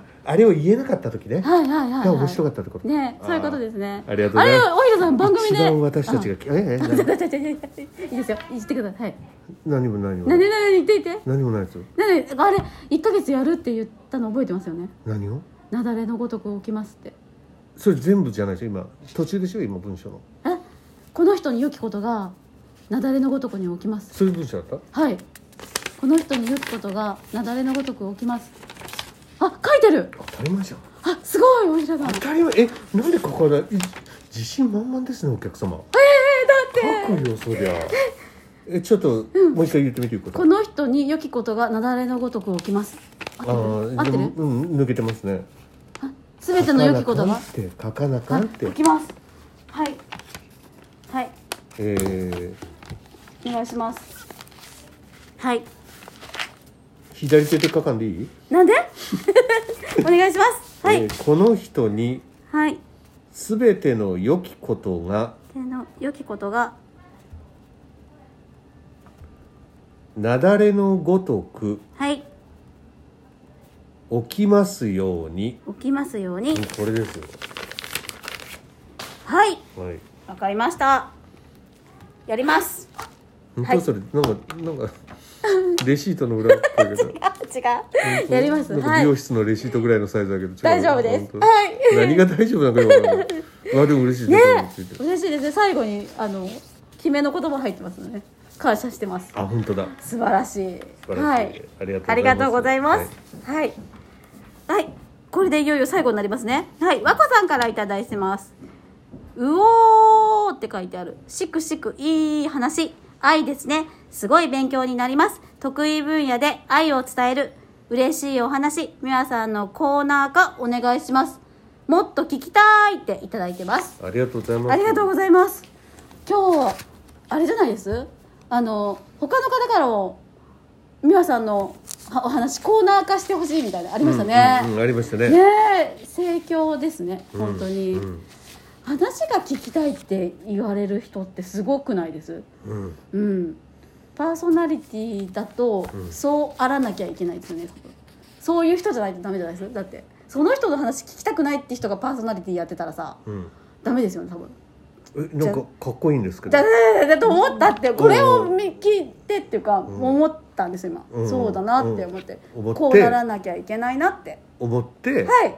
Speaker 1: ああれを言えなかった時ね
Speaker 2: はいはい、はい、
Speaker 1: が面白かったってこと
Speaker 2: ねそういうことですね
Speaker 1: あーありがとうございます
Speaker 2: あれおひださん番組で
Speaker 1: 一番私たちが
Speaker 2: あ
Speaker 1: えええ
Speaker 2: ちょちょちょちょいいですよ言ってくださいはい
Speaker 1: 何も 何も
Speaker 2: なになに言って言って
Speaker 1: 何もないですよ
Speaker 2: なにあれ1ヶ月やるって言ったの覚えてますよね
Speaker 1: 何を
Speaker 2: 雪崩のごとく起きますって
Speaker 1: それ全部じゃないですよ今途中でしょ今文章の
Speaker 2: えこの人に良きことが雪崩のごとくに起きます
Speaker 1: そういう文章だっ
Speaker 2: はいこの人に良きことが雪崩のごとく起きますあ書いてる
Speaker 1: た当たり前じゃん
Speaker 2: あすごいおひらさんえ
Speaker 1: 当たり前えなんでここだい自信満々ですねお客様
Speaker 2: ー、だっ
Speaker 1: 書
Speaker 2: て
Speaker 1: くよそりゃえちょっと、もう一回言ってみてくだ
Speaker 2: こ
Speaker 1: さい
Speaker 2: の人に良きことが雪崩のごとく起きます
Speaker 1: あ
Speaker 2: 合ってる合
Speaker 1: ー
Speaker 2: って
Speaker 1: で
Speaker 2: る
Speaker 1: もうん抜けてますね
Speaker 2: 全ての良きこ
Speaker 1: 書か
Speaker 2: と
Speaker 1: なかんっ
Speaker 2: が
Speaker 1: て書かなかんって
Speaker 2: あ起きますはいはい
Speaker 1: えー、
Speaker 2: お願いしますはい
Speaker 1: 左手で書かんでいい
Speaker 2: なんで お願いしますはい
Speaker 1: えーこの人に
Speaker 2: はい
Speaker 1: 全ての良きことが
Speaker 2: 手の良きことが
Speaker 1: 雪崩のごとく
Speaker 2: はい
Speaker 1: 起きますように、
Speaker 2: 起きますように
Speaker 1: うんこれですよ、
Speaker 2: はい
Speaker 1: はい、
Speaker 2: わかりましたやります
Speaker 1: 本
Speaker 2: はい
Speaker 1: 当それ、なんかなんかレシートの裏っぽいけど
Speaker 2: あ 違
Speaker 1: 本
Speaker 2: う
Speaker 1: 当
Speaker 2: やります
Speaker 1: なんか
Speaker 2: は
Speaker 1: 美
Speaker 2: い
Speaker 1: 容室のレシートぐらいのサイズだけど、違う
Speaker 2: 大丈夫です
Speaker 1: 本当
Speaker 2: はい
Speaker 1: 何が大丈夫なのか よくわかんないあでも嬉しいです
Speaker 2: ね
Speaker 1: こういうのついて
Speaker 2: 嬉しいですね最後にあの決めの言葉入ってますので感謝してます
Speaker 1: あ本当だ
Speaker 2: 素晴らしい
Speaker 1: 晴らしい
Speaker 2: はい
Speaker 1: ありがとうございます
Speaker 2: はいはい、これでいよいよ最後になりますねはい和子さんからいただいてますうおーって書いてあるしくしくいい話愛ですねすごい勉強になります得意分野で愛を伝える嬉しいお話みわさんのコーナー化お願いしますもっと聞きたいっていただいてます
Speaker 1: ありがとうございます
Speaker 2: ありがとうございます。今日はあれじゃないです。あの他の方からも美和さんのはお話コーナー化してほしいみたいなのありましたね。
Speaker 1: うんうんうんありましたね
Speaker 2: ねえ盛況ですね
Speaker 1: うん
Speaker 2: 本当に、
Speaker 1: うん
Speaker 2: 話が聞きたいって言われる人ってすごくないです。
Speaker 1: うん
Speaker 2: うん。パーソナリティだと
Speaker 1: ん
Speaker 2: そうあらなきゃいけないですよね。多分そういう人じゃないとダメじゃないです。だってその人の話聞きたくないって人がパーソナリティやってたらさ
Speaker 1: うん
Speaker 2: ダメですよね多分。
Speaker 1: えなんかかっこいいんですけど
Speaker 2: だだだだと思ったってこれを見聞いてっていうか思ったんです今、
Speaker 1: うん
Speaker 2: そうだなって思って,、
Speaker 1: うん思って
Speaker 2: こうならなきゃいけないなって
Speaker 1: 思って
Speaker 2: はい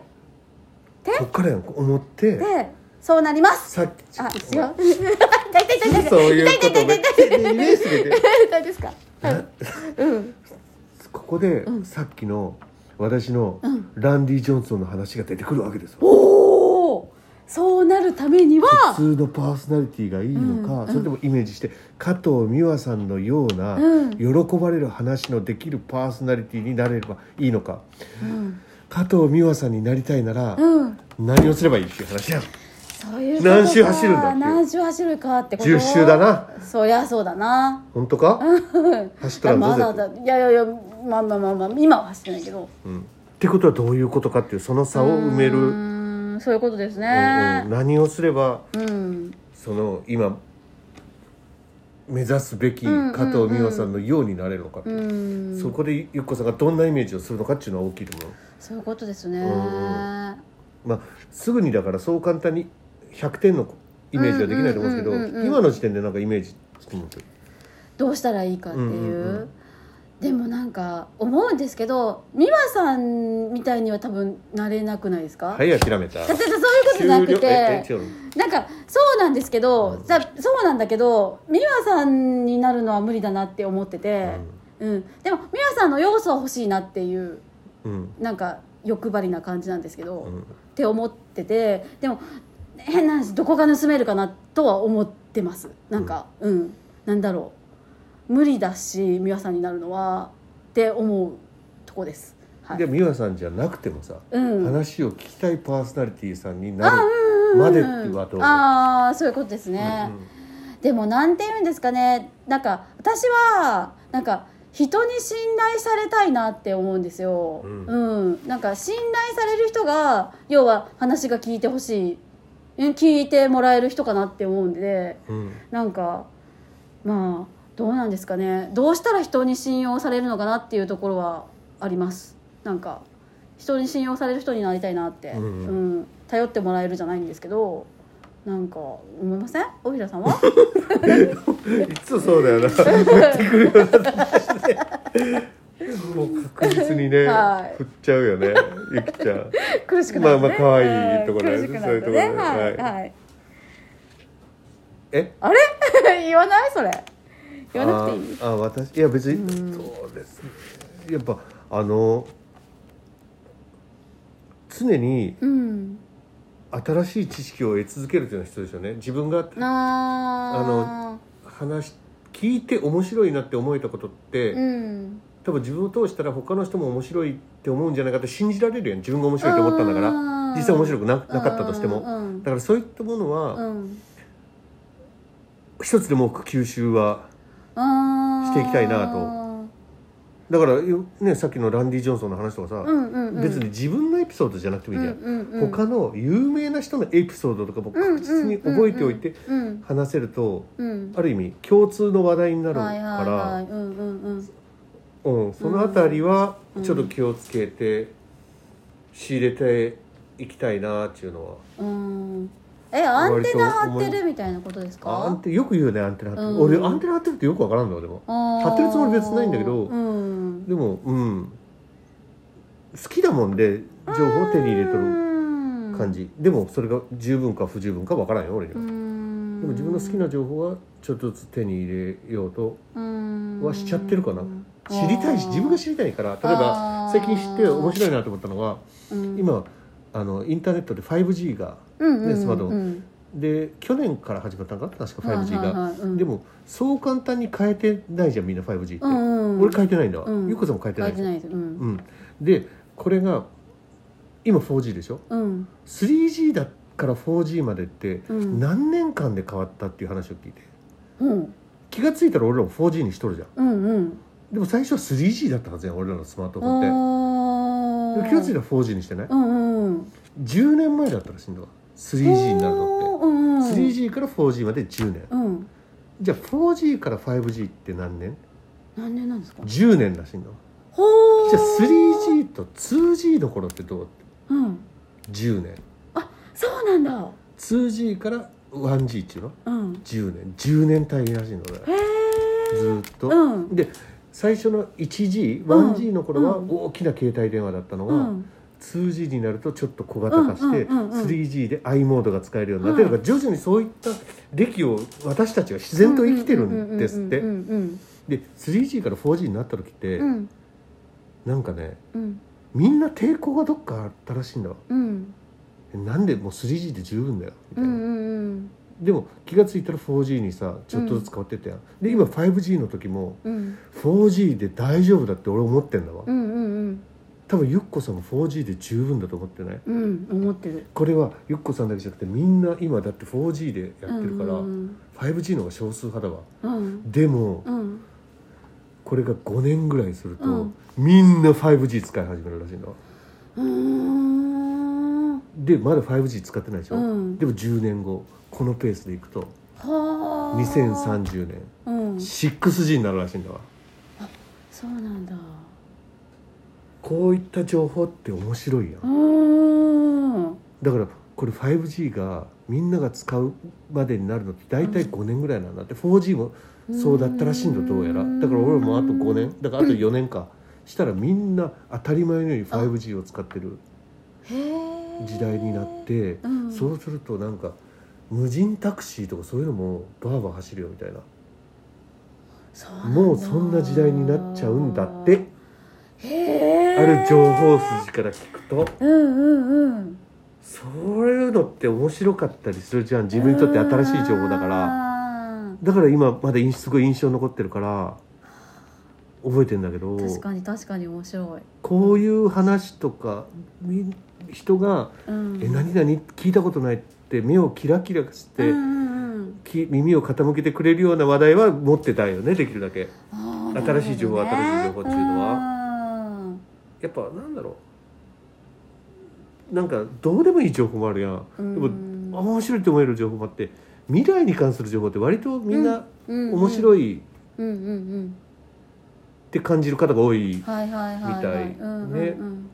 Speaker 1: こっからやんか思って
Speaker 2: でそうなります
Speaker 1: さっき
Speaker 2: あ違う 痛い痛い痛い痛い
Speaker 1: そういう
Speaker 2: 痛
Speaker 1: こ
Speaker 2: い
Speaker 1: と
Speaker 2: 痛い痛
Speaker 1: が
Speaker 2: い痛い痛い
Speaker 1: イメージでね
Speaker 2: 痛いですかはい うん
Speaker 1: ここでさっきの私の
Speaker 2: ん
Speaker 1: ランディ・ジョンソンの話が出てくるわけですよ
Speaker 2: おおそうなるためには
Speaker 1: 普通のパーソナリティがいいのか、
Speaker 2: うん
Speaker 1: それともイメージして加藤美和さんのような
Speaker 2: うん
Speaker 1: 喜ばれる話のできるパーソナリティになれればいいのか
Speaker 2: うん、
Speaker 1: 加藤美和さんになりたいなら
Speaker 2: うん、
Speaker 1: 何をすればいいっていう話やん
Speaker 2: そういうことか
Speaker 1: 何周走るんだっていう
Speaker 2: 何周走るかってこと
Speaker 1: 10周だな
Speaker 2: そりゃそうだな
Speaker 1: 本当か
Speaker 2: うん
Speaker 1: 走ったら
Speaker 2: まだ
Speaker 1: どう
Speaker 2: だ いやいやいやまあまあまあまあ今は走ってないけど
Speaker 1: うん、ってことはどういうことかっていうその差を埋める
Speaker 2: うーんそういうことです
Speaker 1: うんうん
Speaker 2: ね
Speaker 1: 何をすれば
Speaker 2: うん
Speaker 1: その今目指すべき
Speaker 2: うんうん
Speaker 1: 加藤美和さんのようになれるのかっていうう、
Speaker 2: ん
Speaker 1: そこでゆっこさんがどんなイメージをするのかっていうのは大きいと思う
Speaker 2: そういうことですね
Speaker 1: うんまあ、すぐにだからそう簡単に100点のイメージはできないと思うんですけど、
Speaker 2: うんうんうんうんうん
Speaker 1: 今の時点でなんかイメージつくもんって
Speaker 2: どうしたらいいかっていう,、
Speaker 1: うんうんうん
Speaker 2: でもなんか思うんですけど美和さんみたいには多分なれなくないですか、
Speaker 1: はい諦めた
Speaker 2: だってそういうことじゃなくて
Speaker 1: 終了ええ違う
Speaker 2: なんかそうなんですけど、
Speaker 1: うん
Speaker 2: さそうなんだけど美和さんになるのは無理だなって思ってて、うんでも美和さんの要素は欲しいなっていう
Speaker 1: うん
Speaker 2: なんか欲張りな感じなんですけど、
Speaker 1: う
Speaker 2: っ
Speaker 1: ん
Speaker 2: て思っててでも変な話どこが盗めるかなとは思ってますなんかうん、なんだろう無理だし美和さんになるのはって思うとこですはい
Speaker 1: で美和さんじゃなくてもさ、
Speaker 2: うん
Speaker 1: 話を聞きたいパーソナリティさんになるまでっていうのはどう
Speaker 2: ああそういうことですね、
Speaker 1: うんうん
Speaker 2: でもなんて言うんですかねなんか私はなんか人に信頼されたいなって思うんですよ、
Speaker 1: う
Speaker 2: うんんなんか信頼される人が要は話が聞いてほしいうん聞いてもらえる人かなって思うんで
Speaker 1: うん
Speaker 2: なんかまあどうなんですかねどうしたら人に信用されるのかなっていうところはありますなんか人に信用される人になりたいなって、
Speaker 1: う
Speaker 2: うんん頼ってもらえるじゃないんですけどなんか思いません大平さんは
Speaker 1: いつもそうだよな振ってくるようになっ てきてもう確実にね、
Speaker 2: はい
Speaker 1: 振っちゃうよねゆきちゃん
Speaker 2: 苦しくなる
Speaker 1: まあまあ可愛いところだよね
Speaker 2: ねうん苦しくなると
Speaker 1: そうい
Speaker 2: ね
Speaker 1: うところだ
Speaker 2: は
Speaker 1: よ
Speaker 2: い、
Speaker 1: ね
Speaker 2: はい、
Speaker 1: え
Speaker 2: あれ言わないそれ言わなくていい
Speaker 1: あーあー私いや別に、そうですねやっぱあの常に
Speaker 2: うん
Speaker 1: 新しい知識を得続けるというのは必要ですよね自分が
Speaker 2: あー
Speaker 1: あの話聞いて面白いなって思えたことって、
Speaker 2: うん
Speaker 1: 多分自分を通したら他の人も面白いって思うんじゃないかって信じられるやん自分が面白いと思ったんだから
Speaker 2: あー
Speaker 1: 実際面白くななかったとしても
Speaker 2: うん
Speaker 1: だからそういったものは、
Speaker 2: うん
Speaker 1: 一つでも多く吸収は
Speaker 2: あ
Speaker 1: し
Speaker 2: ー
Speaker 1: ていきたいなとだから、よね、さっきのランディ・ジョンソンの話とかさ、
Speaker 2: うんうんうん
Speaker 1: 別に自分のエピソードじゃなくてもいいじゃん、
Speaker 2: うんうんうん
Speaker 1: 他の有名な人のエピソードとかも確実に覚えておいて
Speaker 2: うん
Speaker 1: 話せると、
Speaker 2: うん
Speaker 1: ある意味共通の話題になるから、
Speaker 2: はいはいはいうんうんうん
Speaker 1: うん、そのあたりはちょっと気をつけて仕入れていきたいなっていうのは、
Speaker 2: うんえアンテナ張ってるみたいなことですか
Speaker 1: アンテよく言うよねアンテナ張ってる、
Speaker 2: うん
Speaker 1: 俺アンテナ張ってるってよくわからんのよでも
Speaker 2: 張
Speaker 1: ってるつもり別にないんだけど
Speaker 2: うん、
Speaker 1: でもうん好きだもんで情報を手に入れとる
Speaker 2: る
Speaker 1: 感じ、でもそれが十分か不十分かわからんよ俺に
Speaker 2: う
Speaker 1: は、
Speaker 2: ん
Speaker 1: でも自分の好きな情報はちょっとずつ手に入れようと
Speaker 2: うん
Speaker 1: はしちゃってるかな知りたいし自分が知りたいから例えば
Speaker 2: あー
Speaker 1: 最近知って面白いなと思ったのが
Speaker 2: うん
Speaker 1: 今あのインターネットで 5G が
Speaker 2: うんうん
Speaker 1: ねスマート
Speaker 2: うんうん
Speaker 1: で去年から始まったんかな確か 5G が、
Speaker 2: はいはいはいうん
Speaker 1: でもそう簡単に変えてないじゃんみんな 5G って、
Speaker 2: うんうん
Speaker 1: 俺変えてないんだわ、
Speaker 2: うん
Speaker 1: ゆっこさんも変えて
Speaker 2: 書
Speaker 1: ない
Speaker 2: い
Speaker 1: で
Speaker 2: て
Speaker 1: す
Speaker 2: ないですうん
Speaker 1: うん、でこれが今 4G でしょ
Speaker 2: うん、
Speaker 1: 3G だから 4G までって
Speaker 2: うん
Speaker 1: 何年間で変わったっていう話を聞いて
Speaker 2: うん
Speaker 1: 気が付いたら俺らも 4G にしとるじゃん
Speaker 2: うんうん
Speaker 1: でも最初は 3G だったはずやん俺らのスマートフォンって
Speaker 2: あ
Speaker 1: で
Speaker 2: ー
Speaker 1: 気が付いたら 4G にしてない
Speaker 2: うんうんうん
Speaker 1: 10年前だったらしいんだわ 3G になるのって
Speaker 2: おーうんうん
Speaker 1: 3G から 4G まで10年
Speaker 2: うん
Speaker 1: じゃあ 4G から 5G って何年
Speaker 2: 何年なんですか
Speaker 1: 10年らしいんだわ
Speaker 2: ほー
Speaker 1: じゃあ 3G と 2G の頃ってどう
Speaker 2: うん
Speaker 1: 10年
Speaker 2: そうなんだ
Speaker 1: 2G から 1G っていうの
Speaker 2: うん
Speaker 1: 10年10年単位らしいのだ
Speaker 2: へ
Speaker 1: か
Speaker 2: え
Speaker 1: らずーっと、
Speaker 2: うん
Speaker 1: で最初の 1G1G の頃は大きな携帯電話だったのが、
Speaker 2: うん
Speaker 1: 2G になるとちょっと小型化して、
Speaker 2: うんうんうんうん
Speaker 1: 3G で i モードが使えるようになって、
Speaker 2: うん
Speaker 1: だから徐々にそういった歴を私たちは自然と生きてるんですって
Speaker 2: うんうん
Speaker 1: で 3G から 4G になった時って、
Speaker 2: うんうん
Speaker 1: なんかね
Speaker 2: うん
Speaker 1: みんな抵抗がどっかあったらしいんだわ
Speaker 2: うん
Speaker 1: えなんでもう 3G で十分だよみた
Speaker 2: う
Speaker 1: いな、
Speaker 2: んうん
Speaker 1: でも気が付いたら 4G にさちょっとずつ変わってったやん、で今 5G の時も
Speaker 2: うんうん
Speaker 1: 4G で大丈夫だって俺思ってんだわ、
Speaker 2: うんうん
Speaker 1: 多分ゆっこさんも 4G で十分だと思ってない
Speaker 2: うんうん思ってる
Speaker 1: これはゆっこさんだけじゃなくてみんな今だって 4G でやってるから、
Speaker 2: うん、
Speaker 1: 5G の方が少数派だわ
Speaker 2: うん
Speaker 1: でも
Speaker 2: うん、
Speaker 1: これが5年ぐらいすると、
Speaker 2: うん
Speaker 1: みんな 5G 使い始めるらしいの
Speaker 2: うーんは
Speaker 1: でまだ 5G 使ってないでしょ、
Speaker 2: うん
Speaker 1: でも10年後このペースでいくと
Speaker 2: あ
Speaker 1: 2030年
Speaker 2: うん、
Speaker 1: 6G になるらしいんだわ
Speaker 2: そうなんだ
Speaker 1: こういった情報って面白いやん
Speaker 2: うーん
Speaker 1: だからこれ 5G がみんなが使うまでになるのって大体5年ぐらいなんだって 4G もそうだったらしいんだどうやらだから俺もあと5年だからあと4年かしたらみんな当たり前のように 5G を使ってる
Speaker 2: へえ
Speaker 1: 時代になって
Speaker 2: うん
Speaker 1: そうするとなんか無人タクシーとかそういうのもバーバー走るよみたいな
Speaker 2: そうなんだ
Speaker 1: もうそんな時代になっちゃうんだって
Speaker 2: へ
Speaker 1: あ
Speaker 2: え
Speaker 1: る情報筋から聞くと
Speaker 2: うんうんうん
Speaker 1: そういうのって面白かったりするじゃん自分にとって新しい情報だから。
Speaker 2: ら
Speaker 1: だから今まだ印すごい印象に残ってるから覚えてんだけど
Speaker 2: 確かに確かに面白い、
Speaker 1: こういう話とかみん人が
Speaker 2: うん
Speaker 1: 「え何々聞いたことない」って目をキラキラして、
Speaker 2: うんうんうん
Speaker 1: き耳を傾けてくれるような話題は持ってたいよねできるだけ
Speaker 2: あー
Speaker 1: 新しい情報
Speaker 2: なる
Speaker 1: 新しい情報
Speaker 2: ほどね
Speaker 1: っていうの
Speaker 2: ん
Speaker 1: やっぱなんだろうなんかどうでもいい情報もあるやん、
Speaker 2: うん
Speaker 1: でも面白いと思える情報もあって未来に関する情報って割とみんな
Speaker 2: うんうん
Speaker 1: 面白いっ
Speaker 2: うんうんうん
Speaker 1: て感じる方が多い
Speaker 2: はいはいはい、はい、
Speaker 1: みたい
Speaker 2: うん
Speaker 1: ね
Speaker 2: うん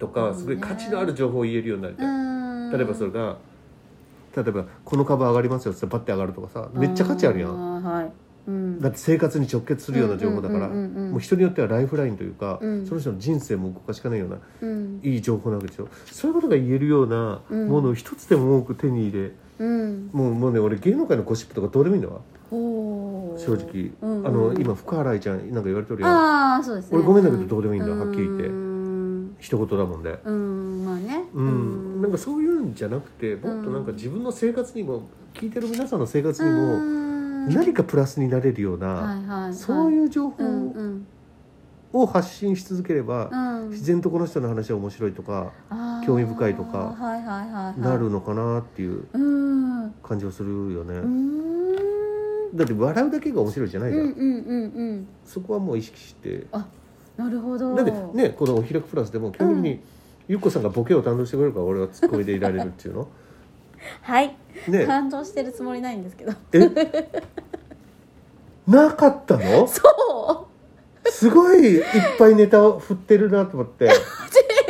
Speaker 1: とか、
Speaker 2: うん
Speaker 1: すごい価値のある情報を言えるようになりたい、
Speaker 2: うん、
Speaker 1: 例えばそれが例えば「この株上がりますよ」ってバッて上がるとかさ
Speaker 2: うん
Speaker 1: めっちゃ価値あるやん、
Speaker 2: あーはいうん、
Speaker 1: だって生活に直結するような情報だから、
Speaker 2: うんうんうんうん
Speaker 1: もう人によってはライフラインというか、
Speaker 2: うん
Speaker 1: その人の人生も動かしかないような
Speaker 2: うん
Speaker 1: いい情報なわけですよそういうことが言えるような
Speaker 2: うん
Speaker 1: ものを一つでも多く手に入れ、
Speaker 2: うん、
Speaker 1: もうもうね俺芸能界のゴシップとかどうでもいいんだわ
Speaker 2: ほう
Speaker 1: 正直、
Speaker 2: うんうん
Speaker 1: あの今福原愛ちゃんなんか言われてるやん
Speaker 2: ああそうですね
Speaker 1: 俺ごめんだけどどうでもいいんだはっきり言って
Speaker 2: うん
Speaker 1: 一言だもんで。
Speaker 2: うんまあね
Speaker 1: うん、なんかそういうんじゃなくてもっとなんか自分の生活にも聞いてる皆さんの生活にも、
Speaker 2: うん
Speaker 1: 何かプラスになれるような、
Speaker 2: はいはいはい、
Speaker 1: そういう情報
Speaker 2: うんうん
Speaker 1: を発信し続ければ、
Speaker 2: うん
Speaker 1: 自然とこの人の話は面白いとか
Speaker 2: あー
Speaker 1: 興味深いとか
Speaker 2: はいはいはいはい
Speaker 1: なるのかなっていう
Speaker 2: うんう
Speaker 1: 感じはするよね、
Speaker 2: ーん
Speaker 1: だって笑うだけが面白いじゃな
Speaker 2: う
Speaker 1: い
Speaker 2: ん
Speaker 1: じゃん、
Speaker 2: うんうんうん
Speaker 1: そこはもう意識して
Speaker 2: あなるほど
Speaker 1: なんでねこの「お開くプラス」でも基本的にゆっこさんがボケを担当してくれるから俺はツッコミでいられるっていう の
Speaker 2: はい、
Speaker 1: ね
Speaker 2: 感動してるつもりないんですけど
Speaker 1: えなかったの
Speaker 2: そ
Speaker 1: すごいいっぱいネタを振ってるなと思って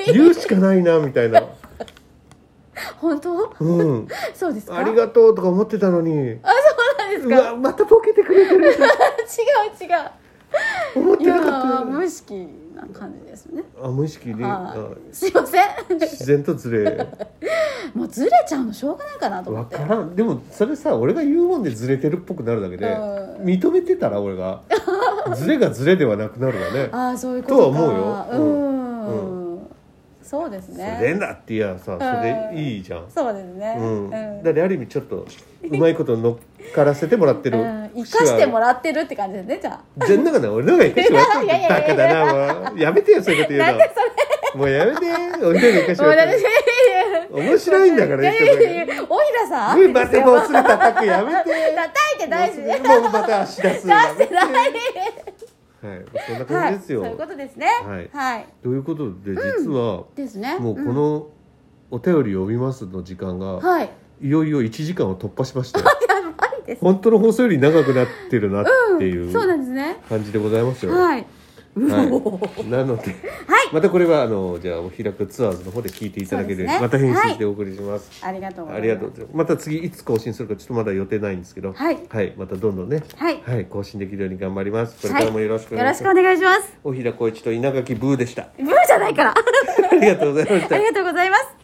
Speaker 1: 言うしかないなみたいな
Speaker 2: う本当
Speaker 1: うん
Speaker 2: そうですか
Speaker 1: ありがとうとか思ってたのに
Speaker 2: あそうなんで
Speaker 1: う
Speaker 2: すか
Speaker 1: わまたボケてくれてる
Speaker 2: 違う違う
Speaker 1: 思って
Speaker 2: いや
Speaker 1: なか
Speaker 2: ー
Speaker 1: っ
Speaker 2: 無意識な感じですね
Speaker 1: たあ無意識であ
Speaker 2: はいすいません
Speaker 1: 自然とずれ
Speaker 2: もうずれちゃうのしょうがないかなと思
Speaker 1: わ
Speaker 2: って
Speaker 1: からんでもそれさ俺が言うもんでずれてるっぽくなるだけで
Speaker 2: う
Speaker 1: 認めてたら俺がずれがずれではなくなるわね
Speaker 2: ああそういうことか
Speaker 1: とは思うよ
Speaker 2: うん、そうです
Speaker 1: そ
Speaker 2: ね
Speaker 1: れなっていやさそれいいじゃん
Speaker 2: そうですね、
Speaker 1: うん
Speaker 2: うん
Speaker 1: だってある意味ちょっとうまいこと乗っからせてもらってる
Speaker 2: うん、生かしてもらってるって感じですねじゃあ
Speaker 1: じゃあなんかね俺の方が生かしてもらってる
Speaker 2: いやい
Speaker 1: ん
Speaker 2: や
Speaker 1: だ
Speaker 2: い
Speaker 1: バ
Speaker 2: や
Speaker 1: カだなもうやめてよそういうこと言う
Speaker 2: な
Speaker 1: の
Speaker 2: んでそれ
Speaker 1: もうやめて俺の方が生かしても
Speaker 2: もう
Speaker 1: ら
Speaker 2: だ
Speaker 1: って
Speaker 2: って
Speaker 1: る面白いんだから言っ
Speaker 2: い
Speaker 1: ても
Speaker 2: やい
Speaker 1: ね
Speaker 2: やいや おいらさん
Speaker 1: ういバテボする叩くやめて
Speaker 2: 叩いて大事出し
Speaker 1: もうまた足出すのやめ
Speaker 2: てない
Speaker 1: はいそんな
Speaker 2: は
Speaker 1: 感
Speaker 2: い
Speaker 1: じですよ、
Speaker 2: そういうことですね
Speaker 1: はい
Speaker 2: はい
Speaker 1: ということで実は、
Speaker 2: ですね
Speaker 1: もうこの「お便り読みます」の時間
Speaker 2: うん
Speaker 1: が
Speaker 2: はい
Speaker 1: いよいよ1時間を突破しましたよ
Speaker 2: やばいです
Speaker 1: 本当の放送より長くなってるなっていう
Speaker 2: そうなんですね
Speaker 1: 感じでございますよ、
Speaker 2: はいう
Speaker 1: はい
Speaker 2: おー
Speaker 1: なので、またこれはあのじゃあお開くツアーズの方で聞いていただけるように、
Speaker 2: そう
Speaker 1: ま
Speaker 2: で
Speaker 1: た
Speaker 2: すね
Speaker 1: 編集してお送りします、
Speaker 2: ありがとうござ
Speaker 1: あ
Speaker 2: います
Speaker 1: りがとうございますまた次いつ更新するかちょっとまだ予定ないんですけど
Speaker 2: はい
Speaker 1: またどんどんね
Speaker 2: はい
Speaker 1: はい、更新できるように頑張りますこれからもよろしくお
Speaker 2: よ
Speaker 1: 願
Speaker 2: ろ
Speaker 1: い
Speaker 2: し
Speaker 1: し
Speaker 2: く
Speaker 1: ます、
Speaker 2: お願いします
Speaker 1: おひらこいちと稲垣ブーでした
Speaker 2: ブーじゃないか ら
Speaker 1: ありがとうございまし
Speaker 2: あ
Speaker 1: た
Speaker 2: りがとうございます